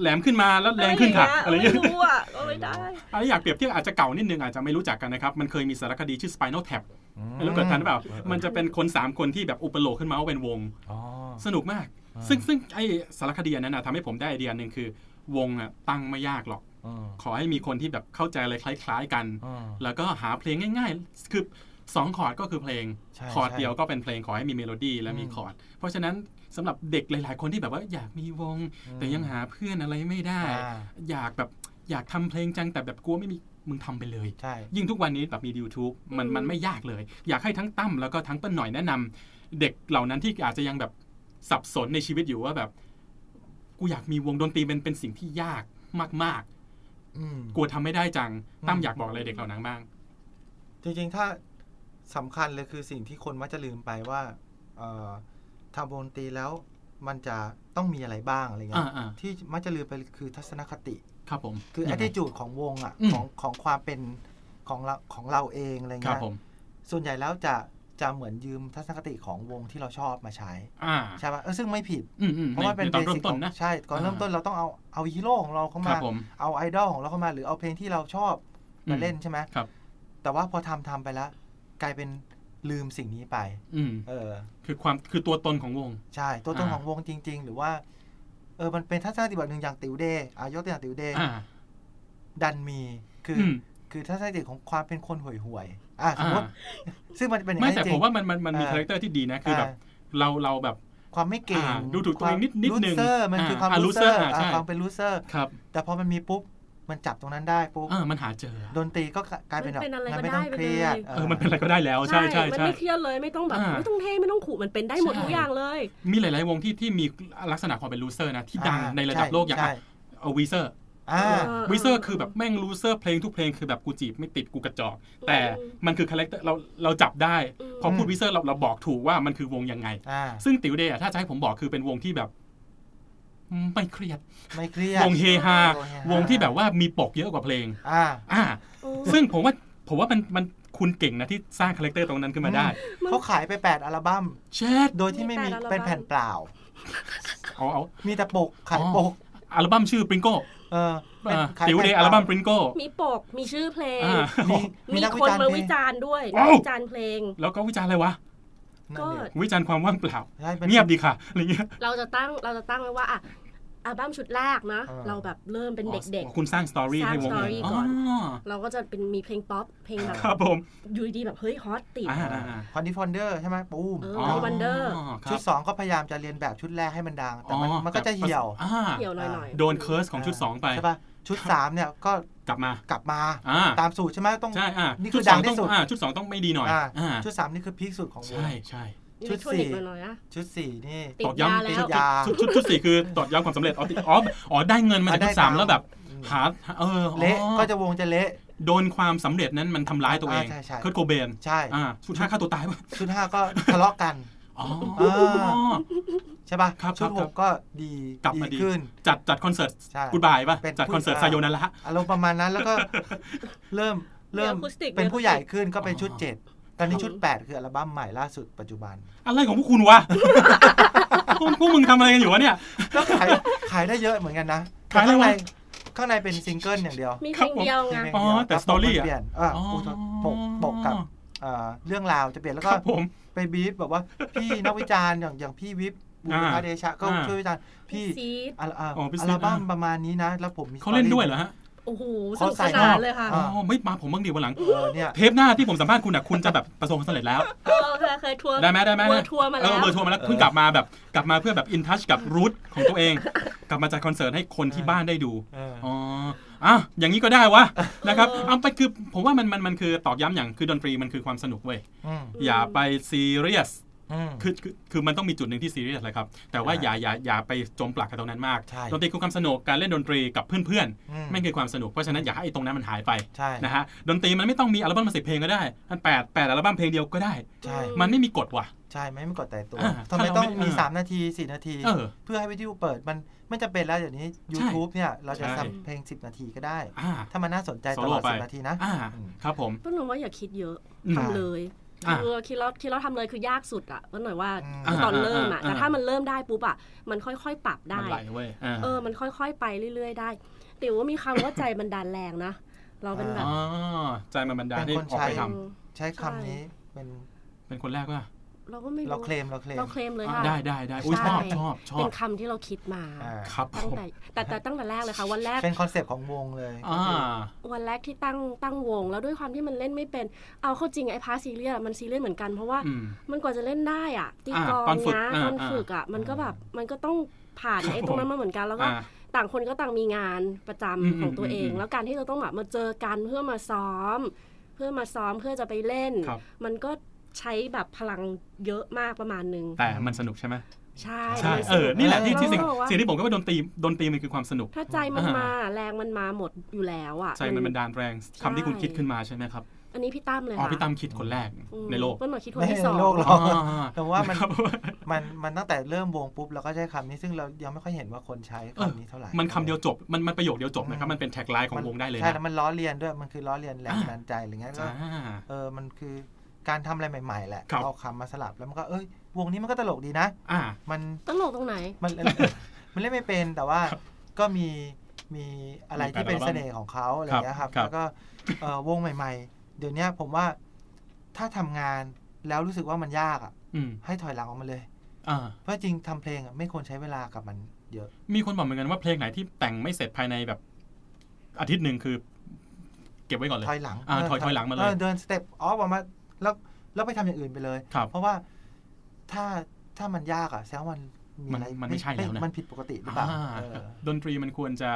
แหลมขึ้นมาแล้วแรงขึ้นค่ะอะไรอย่าง
ไม่
เงี้ย
รู้อ่ะก็ไม่ได้
อันนี้อยากเปรียบเทียบอาจจะเก่านิดนึงอาจจะไม่รู้จักกันนะครับ มันเคยมีสารคดีชื่อ Spinal Tap
อืม
ไม่รู้เกิดทันหรือเปล่า มันจะเป็นคน 3 คนที่แบบอุปโลกขึ้นมาว่าเป็นวง
อ๋อ
สนุกมาก
อ่า
ซึ่งซึ่งไอสารคดีอันนั้นนะทำให้ผมได้ไอเดียหนึ่งคือ วงอ่ะตั้งไม่ยากหรอก
อืม
ขอให้มีคนที่แบบเข้าใจอะไรคล้ายๆกัน
อืม
แล้วก็หาเพลงง่ายๆ คือสองคอร์ดก็คือเพลง
ใช่
คอร์ด
ใช่
เดียวก็เป็นเพลงขอให้มีเมโลดี้และมี
อืม
คอร์ด เพราะฉะนั้นสำหรับเด็กหลาย ๆ คนที่แบบว่าอยากมีวง
อืม
แต่ยังหาเพื่อนอะไรไม่ได้
อ่า
อยากแบบอยากทำเพลงจังแต่แบบกลัวไม่มีมึงทำไปเลย
ใช่
ยิ่งทุกวันนี้แบบมี YouTube มัน
อืม
มันไม่ยากเลย อยากให้ทั้งตั้มแล้วก็ทั้งเป้นหน่อยแนะนำเด็กเหล่านั้นที่อาจจะยังแบบสับสนในชีวิตอยู่ว่าแบบ กูอยากมีวงดนตรีเป็นเป็นสิ่งที่ยากมาก
อืม
ๆกลัวทำไม่ได้จัง
อืม
ตั้มอยากบอกอะไรเด็กเหล่านั้นบ้าง
จริงๆ ถ้าสำคัญเลยคือสิ่งที่คนมักจะลืมไปว่าเอ่อทำวงดนตรีแล้วมันจะต้องมีอะไรบ้างอะไรเงี้ย
อ่า
ที่มักจะลืมไปคือทัศนคติ
ๆครับผม
คือ
ยังไง
attitude ของวงอ่ะ
อืม
ของของความเป็นของเราของเราเองอะไร
ครั
เงี้
บ
ย
ผม
ส่วนใหญ่แล้วจะจะเหมือนยืมทัศนคติของวงที่เราชอบมาใช้
อ่า
ใช่ป่ะเออซึ่งไม่ผิด
อืมอืม
เพราะว่าเป็น
ในตอนเริ่มต้นนะ
ของใช่ก่อนเริ่มต้นเราต้องเอาเอาฮีโร่ของเราเข้า
ครั
มา
บผม
เอาไอดอลของเราเข้ามา หรือเอาเพลงที่เราชอบมา
อืม
เล่นใช่ไหม
ครับ
แต่ว่าพอทำทำไปแล้ว กลายเป็นลืมสิ่งนี้ไป
อืม
เออ
คือความคือตัวตนของวง
ใช่ตัวตน
อ่า
ของวงจริง ๆ หรือว่า เออมันเป็นทัศนคติแบบหนึ่งอย่างติวเดย์อ่ะยกตัวอย่างติวเดย์
อ่า
ดันมีคือ
อื
อ
ม
คือทัศนคติของความเป็นคนห่วยห่วยๆอ่ะสมมติ
อ่
ซึ่งมันจะเป็นอย่าง
ไม่
นั้น
แต่
จ
ผ
ริ
ม
ง
ว่ามันมันมันมี
อ่า
คาแรคเตอร์ที่ดีนะคือแบบ
อ่า
เราเราแบบ
ความไม่เก่ง
อ่าดูถูกตัวเองนิดนิดนึง
เซอร์มันคือความ
อ่า
ลูเซอ
loser
ร์
อ่าใช่
ความเป็นลูเซอร์
ครับ
แต่พอมันมีปุ๊บ มันจับตรงนั้นได้ปุ๊บ
เออมันหาเจอ
ดนตรีก็กลายเป็นแบบ
มันเป็นอะไร
มั
ก็
ไม่ต้อง
ได้ไป
เครียด
เลย
เออมันเป็นอะไรก็ได้แล้วใช่ใช่
มัน
ใช่
ไม่เครียดเลยไม่ต้องแบบ
อ่า
ไม่ต้องเท่ไม่ต้องขู่มันเป็นได้หมด
ใช่
ทุกอย่างเลย
มีหลาย ๆ วงที่ที่มีลักษณะความเป็นลูเซอร์นะ ที่ดังในระดับโลกอย่าง
ใช่
เอาวีเซอร์
อ่า
เออ
วีเซอร์คือแบบแม่งลูเซอร์เพลงทุกเพลงคือแบบกูจีบไม่ติดกูกระจอก แต่มันคือคาแรคเตอร์เราเราจับได้
อืม
พอพูด
อืม
วีเซอร์เราเราบอกถูกว่ามันคือวงยังไง
อ่า
ซึ่งติ๋วเดย์อะถ้าจะให้ผมบอกคือเป็นวงที่แบบ ไม่เครียด
ไม่เครียด
วงเฮฮา
วงเฮฮา
วงที่แบบว่ามีปกเยอะกว่าเพลง
อ่า
อ่า
โอ้
ซึ่งผมว่าผมว่ามันมันคุณเก่งนะที่สร้างคาแรคเตอร์ตรงนั้นขึ้นมา ได้
มัน
เขาขายไป 8 อัลบั้ม
เช็ด
โดยที่ไม่มี
มีแปดอัลบั้ม
เป็นแผ่นเปล่า
เอาเอา
มีแต่ปกขาย
อ๋อ
ปก
อัลบั้มชื่อปริงโก้
เออเป็นขาย
ติ๋วเด
แผ่น
ย์
เปา
อัลบั้มปริงโก้
มีปกมีชื่อเพลง
อ่า
มีมี
มี
นักวิ
คน
จารณ์
มา
เพล
วิ
ง
จารณ์ด้วย
ว้าว
วิจารณ์เพลง
แล้วก็วิจารณ์อะไรวะ
นั่น
ก็
เนี่ย
วิจารณ์ความว่างเปล่า
ใช่ป็น
เงียบดีค่ะอะไรเงี้ย
เราจะตั้งเราจะตั้งไว้ว่าอ่ะ อัลบั้มชุดแรกนะ
อ่า
เราแบบเริ่มเป็นเด็ก
คุณสร้างสตอรี่
สร้าง
ให้วง
สตอรี่ก่อน
อ
ๆ เราก็จะเป็นมีเพลงป๊อปเพลงแบบ
ครับผม
อยู่ดีๆแบบเฮ้ยฮอตติด
อ่าอ่าอ่า
คอนดิฟอนเดอร์ใช่ไหมปูม
เออ
อ๋อ
No Wonder
ครับ
ชุด 2 ก็พยายามจะเรียนแบบชุดแรกให้มันดัง แต่มัน
อ๋อ
มันก็จะเหี่ยว
อ่า
เหี่ยวหน่อย
โดนเคิร์สของชุด 2 ไป
ใช่ปะชุด 3 เนี่ยก็
กลับมา
กลับมา
อ่า
ตามสูตรใช่ไหมต้อง
ใช่อ่า
นี่คื
ชุ
อ
ดสอง
ดังที่
ต้อง
สุด
อ่าชุดสองต้องไม่ดีหน่อย
อ่า
อ่า
ชุด 3 นี่คือพีคสุดของวง
ใช่ใช่
ๆอิ
ชุ
เล็
ด
กทรอนิก
สี่
ส์หน่อยๆนะ
ชุด 4 นี่
ติด
ตอกย้ำ
ยาแล้ว
ชุด
ยา
ชุดชุดชุดสี่คือตอกย้ำความสำเร็จอ๋อติดอ๋ออ๋อได้เงินมาจากชุดสามแล้วแบบ
อืม
หาเออ
เละ
อ๋อ
ก็จะวงจะเละ
โดนความสำเร็จนั้นมันทำร้ายตัวเอง
อ่าใช่ใช่
เคิร์ตโคเบน
ใช่
อ่าชุดห้าฆ่าตัวตายป่ะ
ชุด 5 ก็ทะเลาะกัน
อ๋อ
อ่า ใช่ปะ
ครับ
ชุด
ครับ
6 ก็ดี
กลับมาดี
ขึ้น
จัดจัดคอนเสิร์ต
ใช่
กูดบายป่ะ
เป็น
จัดคอนเสิร์ต
ผู้
ไซโยนาระ
อารมณ์ประมาณนั้นแล้วก็ เริ่มเริ่ม
มีอะคูสติก
เป็นผู้ใหญ่ขึ้นก็เป็นชุด 7 ตอนนี้ชุด 8 คืออัลบั้มใหม่ล่าสุดปัจจุบัน
อะไรของพวกคุณ วะ พวกพวกมึงทำอะไรกันอยู่วะเนี่ย
ก็ ขายขายได้เยอะเหมือนกันนะ
ขายอะไร
ข้างใน
วะ
ข้างในเป็นซิงเกิลอย่างเดียว
มีเพลงเดียวไง
มีเพลง
อ๋อ
เดียว
แต่
ล้ว
สตอรี่อะ
ปกมันเปลี่ยนอ่ะ
อ๋อ
ปกปกกับเอ่อเรื่องราวจะเปลี่ยนแล้ว
ค
ก็
รับผม
ไปบีฟแบบว่า พี่นักวิจารณ์อย่างอย่างพี่วิบบุญพา
อ่า
เดชะก็
อ่า
ช่วยวิจารณ์พี่
ซีด
อัลอ่ะ
อ๋อพี่
อั
ซี
ล
ด
บั้ม
อ่า
ประมาณนี้นะ แล้วผมมี
เขาเล่น
story
ด้วยเหรอฮะ
โอ้โหส
เขา
นุก
ใส่
สนานเลยค่ะ
อ๋
อ่า
อไม่มาผมบ้างดีวันหลัง
เออเนี่ย
เทปหน้าที่ผมสัมภาษณ์คุณอ่ะคุณจะแบบประสบความสำเร็จแล้ว
เออเคยเคยทัวร์
ได้ไหมได้ไหม
เวอร์ทัวร์มา
เอ
แล้
อ
ว
เบอร์ทัวร์มาแล้วเพิ่งกลับมาแบบกลับมาเพื่อแบบอินทัชกับรูทของตัวเอง กลับมาจัดคอนเสิร์ตให้คนที่บ้านได้ดู
เออ
อ๋ออ่ะอย่างนี้ก็ได้วะ นะครับ
เออ
เอาไปคือผมว่ามันมันมันคือตอกย้ำอย่างคือดนตรีมันคือความสนุกเว้ย
อืม
อย่าไปซีเรียส
อืม
คือคือคือมันต้องมีจุดหนึ่งที่ซีเรียสแหละครับ แต่ว่า
ใช่
อย่าอย่าอย่าไปจมปลักกับตรงนั้นมาก
ใช่
ดนตรีคือความสนุกการเล่นดนตรีกับเพื่อน
อืม
ๆไม่นคือความสนุก เพราะฉะนั้นอย่าให้ไอ้ตรงนั้นมันหายไป
ใช่
นะฮะ ดนตรีมันไม่ต้องมีอัลบั้มมาสิบเพลงก็ได้อันแปดแปดอัลบั้มเพลงเดียวก็ได้
ใช่
มันไม่มีกฎว่ะ
ใช่ไม่ไม่กดแต่ตัว
อ่า
ทำไม
ถ้าเรา
ต้อง
ไม่
มี
เออ
3 นาที 4 นาที
เออ
เพื่อให้วิทยุเปิดมันไม่จำเป็นแล้วเดี๋ยวนี้ YouTube เนี่ย เราจะ
ใช่
สับเพลง 10 นาทีก็ได้
อ่า
ถ้ามันน่าสนใจตลอด
Solo ไป
10 นาทีนะ
อ่า
อืม
ครับผม
ป้าหนุ่มว่าอย่าคิดเยอะ
อืม
ทำเลย
อ่ะ
เออคิดแล้วคิดแล้วทำเลยคือยากสุดอ่ะป้าหน่อยว่า
อืม
ตอนเริ่มอ่ะ
อ่า
แต่ถ้ามันเริ่มได้ปุ๊บอ่ะมันค่อยๆปรับ
มั
ได้
นไหลเว้ยอ่า
เออ มันค่อยๆ ไปเรื่อย ๆ ได้ แต่ว่ามีคำว่า ใจบันดาลแรงนะ เราเป็นแบบ
อ๋อใจมันบันดาลให้
เป็น
อ
คน
อกไป
ใช้
ทำ
เออ
ใช้คำนี้เป็น
เป็นคนแรกว่า
เราก็ไม่
เรา
รู้
เคลมเราเคลม
เราเคลมเลยค่ะ
ได้ได้ได้อุ้ยช
ใช่
อบชอบชอ
เป็
บ
นคำที่เราคิดมา
อ่า
ครับผ
ตั้ง
ม
แต่แต่แต่ตั้งแต่แรกเลยค่ะ วันแรก
เป็นคอนเซปต์ของวงเลย
อ่า
วันแรกที่ตั้งตั้งวง แล้วด้วยความที่มันเล่นไม่เป็น เอาเข้าจริงไอ้พาร์ทซีเรียสมันซีเรียสเหมือนกันเพราะว่า
อืม
มันกว่าจะเล่นได้อ่ะตี
อ่าก
ลอง
ตอนฝึก
นะ
อ่า
ตอนฝึกอ่ะมันก็แบบมันก็ต้องผ่านไอ้
ครับ
ตรงนั้น
ผม
มาเหมือนกันแล้วก็
อ่า
ต่างคนก็ต่างมีงานประจำ
อืม
ของตัวเอง
อืม
แล้วการที่เราต้องแบบมาเจอกันเพื่อมาซ้อม เพื่อมาซ้อมเพื่อจะไปเล่น
ครับ
มันก็ใช้แบบพลังเยอะมากประมาณหนึ่ง
แต่มันสนุกใช่ไหม
ใช่
ใช่
มั
เอ
ส
อ
ก
นี่แหละที่
เออ
ที่สิ่ง
เราบอกว่า
สิ่งที่ผมก็ว่าดนตรีดนตรีมันคือความสนุก
ถ้าใจมัน
อ่าม
มาแรงมันมาหมดอยู่แล้วอ่ะ
ใจมันบันดาลแรง
ใช่
คำที่คุณคิดขึ้นมาใช่ไหมครับ
อันนี้พี่ตั้มเลย
อ๋อ
ค่ะ
พี่ตั้มคิดคนแรก
อืม
ในโลก
เปิ้ลหน่อยคิดคน
ไม่
ที่
ให้
สอง
โลกหรอกแต่ว่ามัน
ครับ
มันมันตั้งแต่เริ่มวงปุ๊บเราก็ใช้คำนี้ซึ่งเรายังไม่ค่อยเห็นว่าคนใช้
เออ
คำนี้เท่าไหร่
มันคำเดียวจบมันมันประโยคเดียวจบนะครับ
อืม
มันเป็นแท็กไลน์ของวงได้เลย
ใช่
นะ
แล้วมันล้อเลียนด้วยมันคือล้อเลียนแรง
อ่า
บันดาลใจอะไรเงี้ยก็
อ่า
เออ มันคือการทำอะไรใหม่ ๆ แหละ
ครับ
เอาคำมาสลับแล้วมันก็เอ้ย วงนี้มันก็ตลกดีนะ
อ่า
มัน
ตลกตรงไหน
มัน มันเล่นไม่เป็นแต่ว่าก็มีมีอะไรที่เป็นเสน่ห์ของเขาอะไรอย่างเงี้ยครับ
ครับ
แล้วก็เอ่อวงใหม่ ๆ เดี๋ยวเนี้ยผมว่าถ้าทำงานแล้วรู้สึกว่ามันยากอ่ะ
อืม
ให้ถอยหลังออกมาเลย
อ่า
เพราะจริงทำเพลงอ่ะไม่ควรใช้เวลากับมันเยอะ
มีคนบอกเหมือนกันว่าเพลงไหนที่แต่งไม่เสร็จภายในแบบอาทิตย์หนึ่งคือ เก็บไว้ก่อนเลย
ถอยหลัง
อ่าถอยถอยหลังมาเลย
ออเดินสเต็ปออฟออกมาแล้วแล้วไปทำอย่างอื่นไปเลย
ครับ
เพราะว่าถ้าถ้ามันยากอะแสดงว่ามัน
มัน
อะไร
มันไม่ใช่แล้วนะ
มันผิดปกติหรือเปล่า
อ่า
เออ
ดนตรีมันควรจะ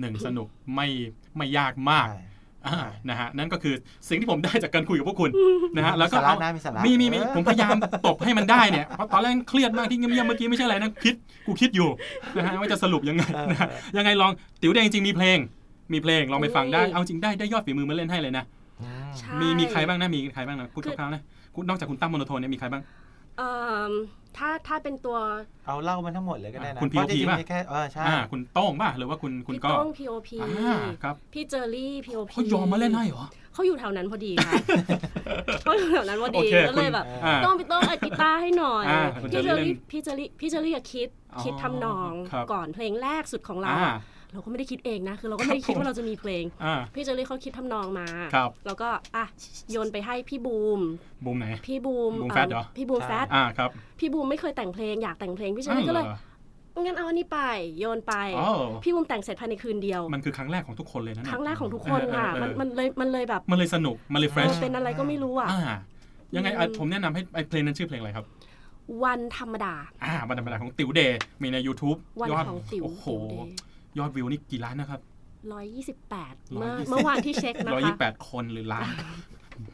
หนึ่งสนุกไม่ไม่ยากมาก
ใช่
อ่า
ใช่
นะฮะนั่นก็คือสิ่งที่ผมได้จากการคุยกับพวกคุณนะฮะ
มี
แล้วก็
สาระ
เอา
นะมีสาระ
มีมีมี
เออ
ผมพยายามตบให้มันได้เนี่ย เพราะตอนแรกเครียดมากที่เงียบๆเมื่อกี้ไม่ใช่อะไรนะคิดกูคิดอยู่ นะฮะว่าจะสรุปยังไง
เออ
นะฮะยังไงลองติ๋วแดงจริงๆมีเพลง มีเพลงลองไปฟังได้
อุ้ย
เอาจริงได้ได้ยอดฝีมือมาเล่นให้เลยนะ
อืม
ใช่
มีมีใครบ้างนะมีใครบ้างนะพูด
คือ
คร่าวๆนะคุณนอกจากคุณตั้มโมโนโทนเนี่ยมีใครบ้าง
เอิ่มถ้าถ้าเป็นตัว
เอาเล่ามันทั้งหมดเลยก็ได้นะ
คุณ POP
เพราะจริง
ป่ะ
ๆมีแค่เออใช่
อ่าคุณโต้งป่ะหรือว่าคุณคุณ
พี่
ก็
ต้อง POP
อ่าครับ
พี่เจอรี่ POP
เขายอมมาเล่นให้เหรอ
เขาอยู่แถวนั้นพอดี ค่ะ เขาอยู่แถวนั้นพอ
โอ
ดี
เค
ก็เลยแบบ
อ่า
ต้องพี่ต้องอัดกีตาร์ให้หน่อย
อ่าคุณ
พี่
เจ
เจอ
อรี่
รี่พี่เจอรี่พี่เจอรี่อะคิด
อ๋อ
คิดทำนอง
ครับ
ก่อนเพลงแรกสุดของเรา
อ่า
เราก็ไม่ได้คิดเองนะ คือเราก็ไม่
ค
ได้
รับ
คิด
ผม
ว่าเราจะมีเพลง
อ่า
พี่เจอรี่เขาคิดทำนองมา
ครับ
แล้วก็อ่ะโยนไปให้พี่บูม
บูมไหน
พี่บูม
บูม
อ่ะ
แฟตเหรอ
พี่บูมแฟต
อ่าครับ
พี่บูมไม่เคยแต่งเพลงอยากแต่งเพลงพี่เจอรี่ก็เลย
อ้าวหร
งั้นเอาอันนี้ไปโยนไป
อ๋อ
พี่บุมแต่งเสร็จภายในคืนเดียว
มันคือครั้งแรกของทุกคนเลยนะเนี่ย
ครั้งแรกของทุกคนค่ะ
เออ
มัน
เออ
มันเลยมันเลยแบบ
มันเลยสนุก มันเลยเฟรช
เออเป็นอะไรก็ไม่รู้อ่ะ
อ่ายังไงอ่ะ
อืม
ผมแนะนำให้ไอ้เพลงนั้นชื่อเพลงอะไรครับ
วันธรรมดา
อ่าวันธรรมดาของติ๋วเดย์มีใน YouTube
วัน
ยอด
ของติ๋ว
โอ้โห
ติ๋วเดย์
ยอดวิวนี่กี่ล้านนะครับ
ร้อยยี่สิบแปดเมื่อ
128
เมื่อวานที่เช็คนะ
ร้อย
คะ
ยี่แปดคนหรือล้าน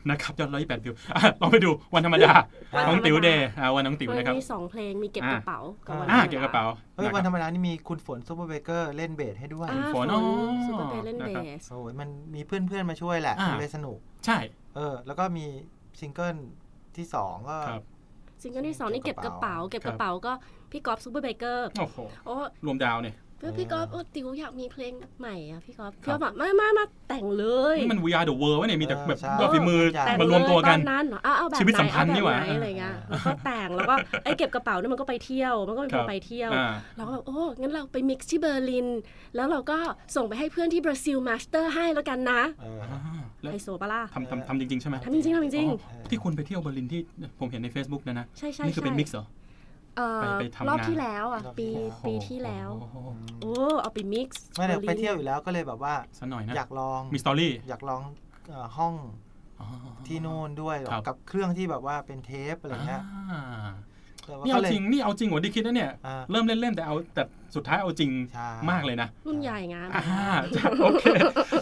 นะครับยอดร้อยยี่แปดวิวอ่ะลองไปดูวันธรรมดา
วันธรรมดา
ของติ๋วเดย์อ่าวันของติ๋ว
วัน
นะครับ
นี้สองเพลงมีเก็บกระเป๋ากับวัน
อ่า
ธมด
เกี่ยวกระเป๋า
เฮ้ย
ะครั
วัน
บ
ธรรมดานี่มีคุณฝนซูเปอร์เบเกอร์เล่นเบสให้ด้วย
อ่า
ฝ
ฝ
น
น
อ๋อ
ซูเปอร์เบลเล่น
นะ
เบ
ครับ
ส
โอ้ยมันมีเพื่อนๆมาช่วยแหละ
อ่า
เลยสนุก
ใช่
เออ แล้วก็มีซิงเกิลที่สองก็
ครับ
ซิงเกิลที่สองนี่เก็บกระเป๋า เก็บ
ค
ก
รับ
ระเป๋าก็พี่ก๊อฟซูเปอร์เบเกอร์
โอ้โห
โอ้
รวมดาวเนี่ย
เพื่อพี่ก๊อฟโอ้ติ๋วอยากมีเพลงใหม่อ่ะพี่ก๊อฟ
ครับ
พี่ก๊อฟบอกมามามาแต่งเลย
นี่มัน We Are the World วะเนี่ยมีแต่แบบ
ใช่
ยอดฝีมือ
แต่ง
มารวมตัวกัน
เลยตอนนั้นเหรออ่ะเอาแบบ
ชีวิตสัมพันธ์
ไห
นี่หว่า
เอแบบไอะไรเงี้ยแล้วก็แต่งแล้วก็ไอ้เก็บกระเป๋าเนี่ยมันก็ไปเที่ยว มันก็เป็นเพ
ค
ล
รับ
งไปเที่ยว
อ่า
เราก็แบบโอ้งั้นเราไปมิกซ์ที่เบอร์ลิน แล้วเราก็ส่งไปให้เพื่อนที่บราซิลมาสเตอร์ให้แล้วกันนะ
เออ
อ่าแล้ว
ไฮโซปะล่ะ
ทำทำทำจริง ๆ ใช่ไหม
ทำจริงๆทำจริง
อ๋อที่คุณไปเที่ยวเบอร์ลินที่ผมเห็นใน Facebook นะนะ
ๆใช่ใช่
นี่คือ
ใช่
เป็นมิกซ์เหรอ
เอ่อ
ไปไปทำงาน
รอบที่แล้วอ่ะ
รอบ
ปี
ที่แล้ว
โอ้โห
ปีที่แล้ว
โอ้โห
โอ้เอาไปมิกซ์
ไม่ได้
บอร์ลิน
ไปเที่ยวอยู่แล้วก็เลยแบบว่า
สักหน่อยนะ
อยากลอง
มีสตอรี่
อยากลองเอ่อห้องที่นู่นด้วย
ครับ
กับเครื่องที่แบบว่าเป็นเทปอะไรเงี้ย
อ่า
แต่ว่า
นี่
ก็
เอา
เลย
จริง นี่เอาจริงกว่าที่คิดนะเนี่ย
อ่า
เริ่มเล่น ๆ แต่เอาแต่สุดท้ายเอาจริง
ใช่
มากเลยนะ
รุ่นใหญ่ไงาน
อ่าโอเค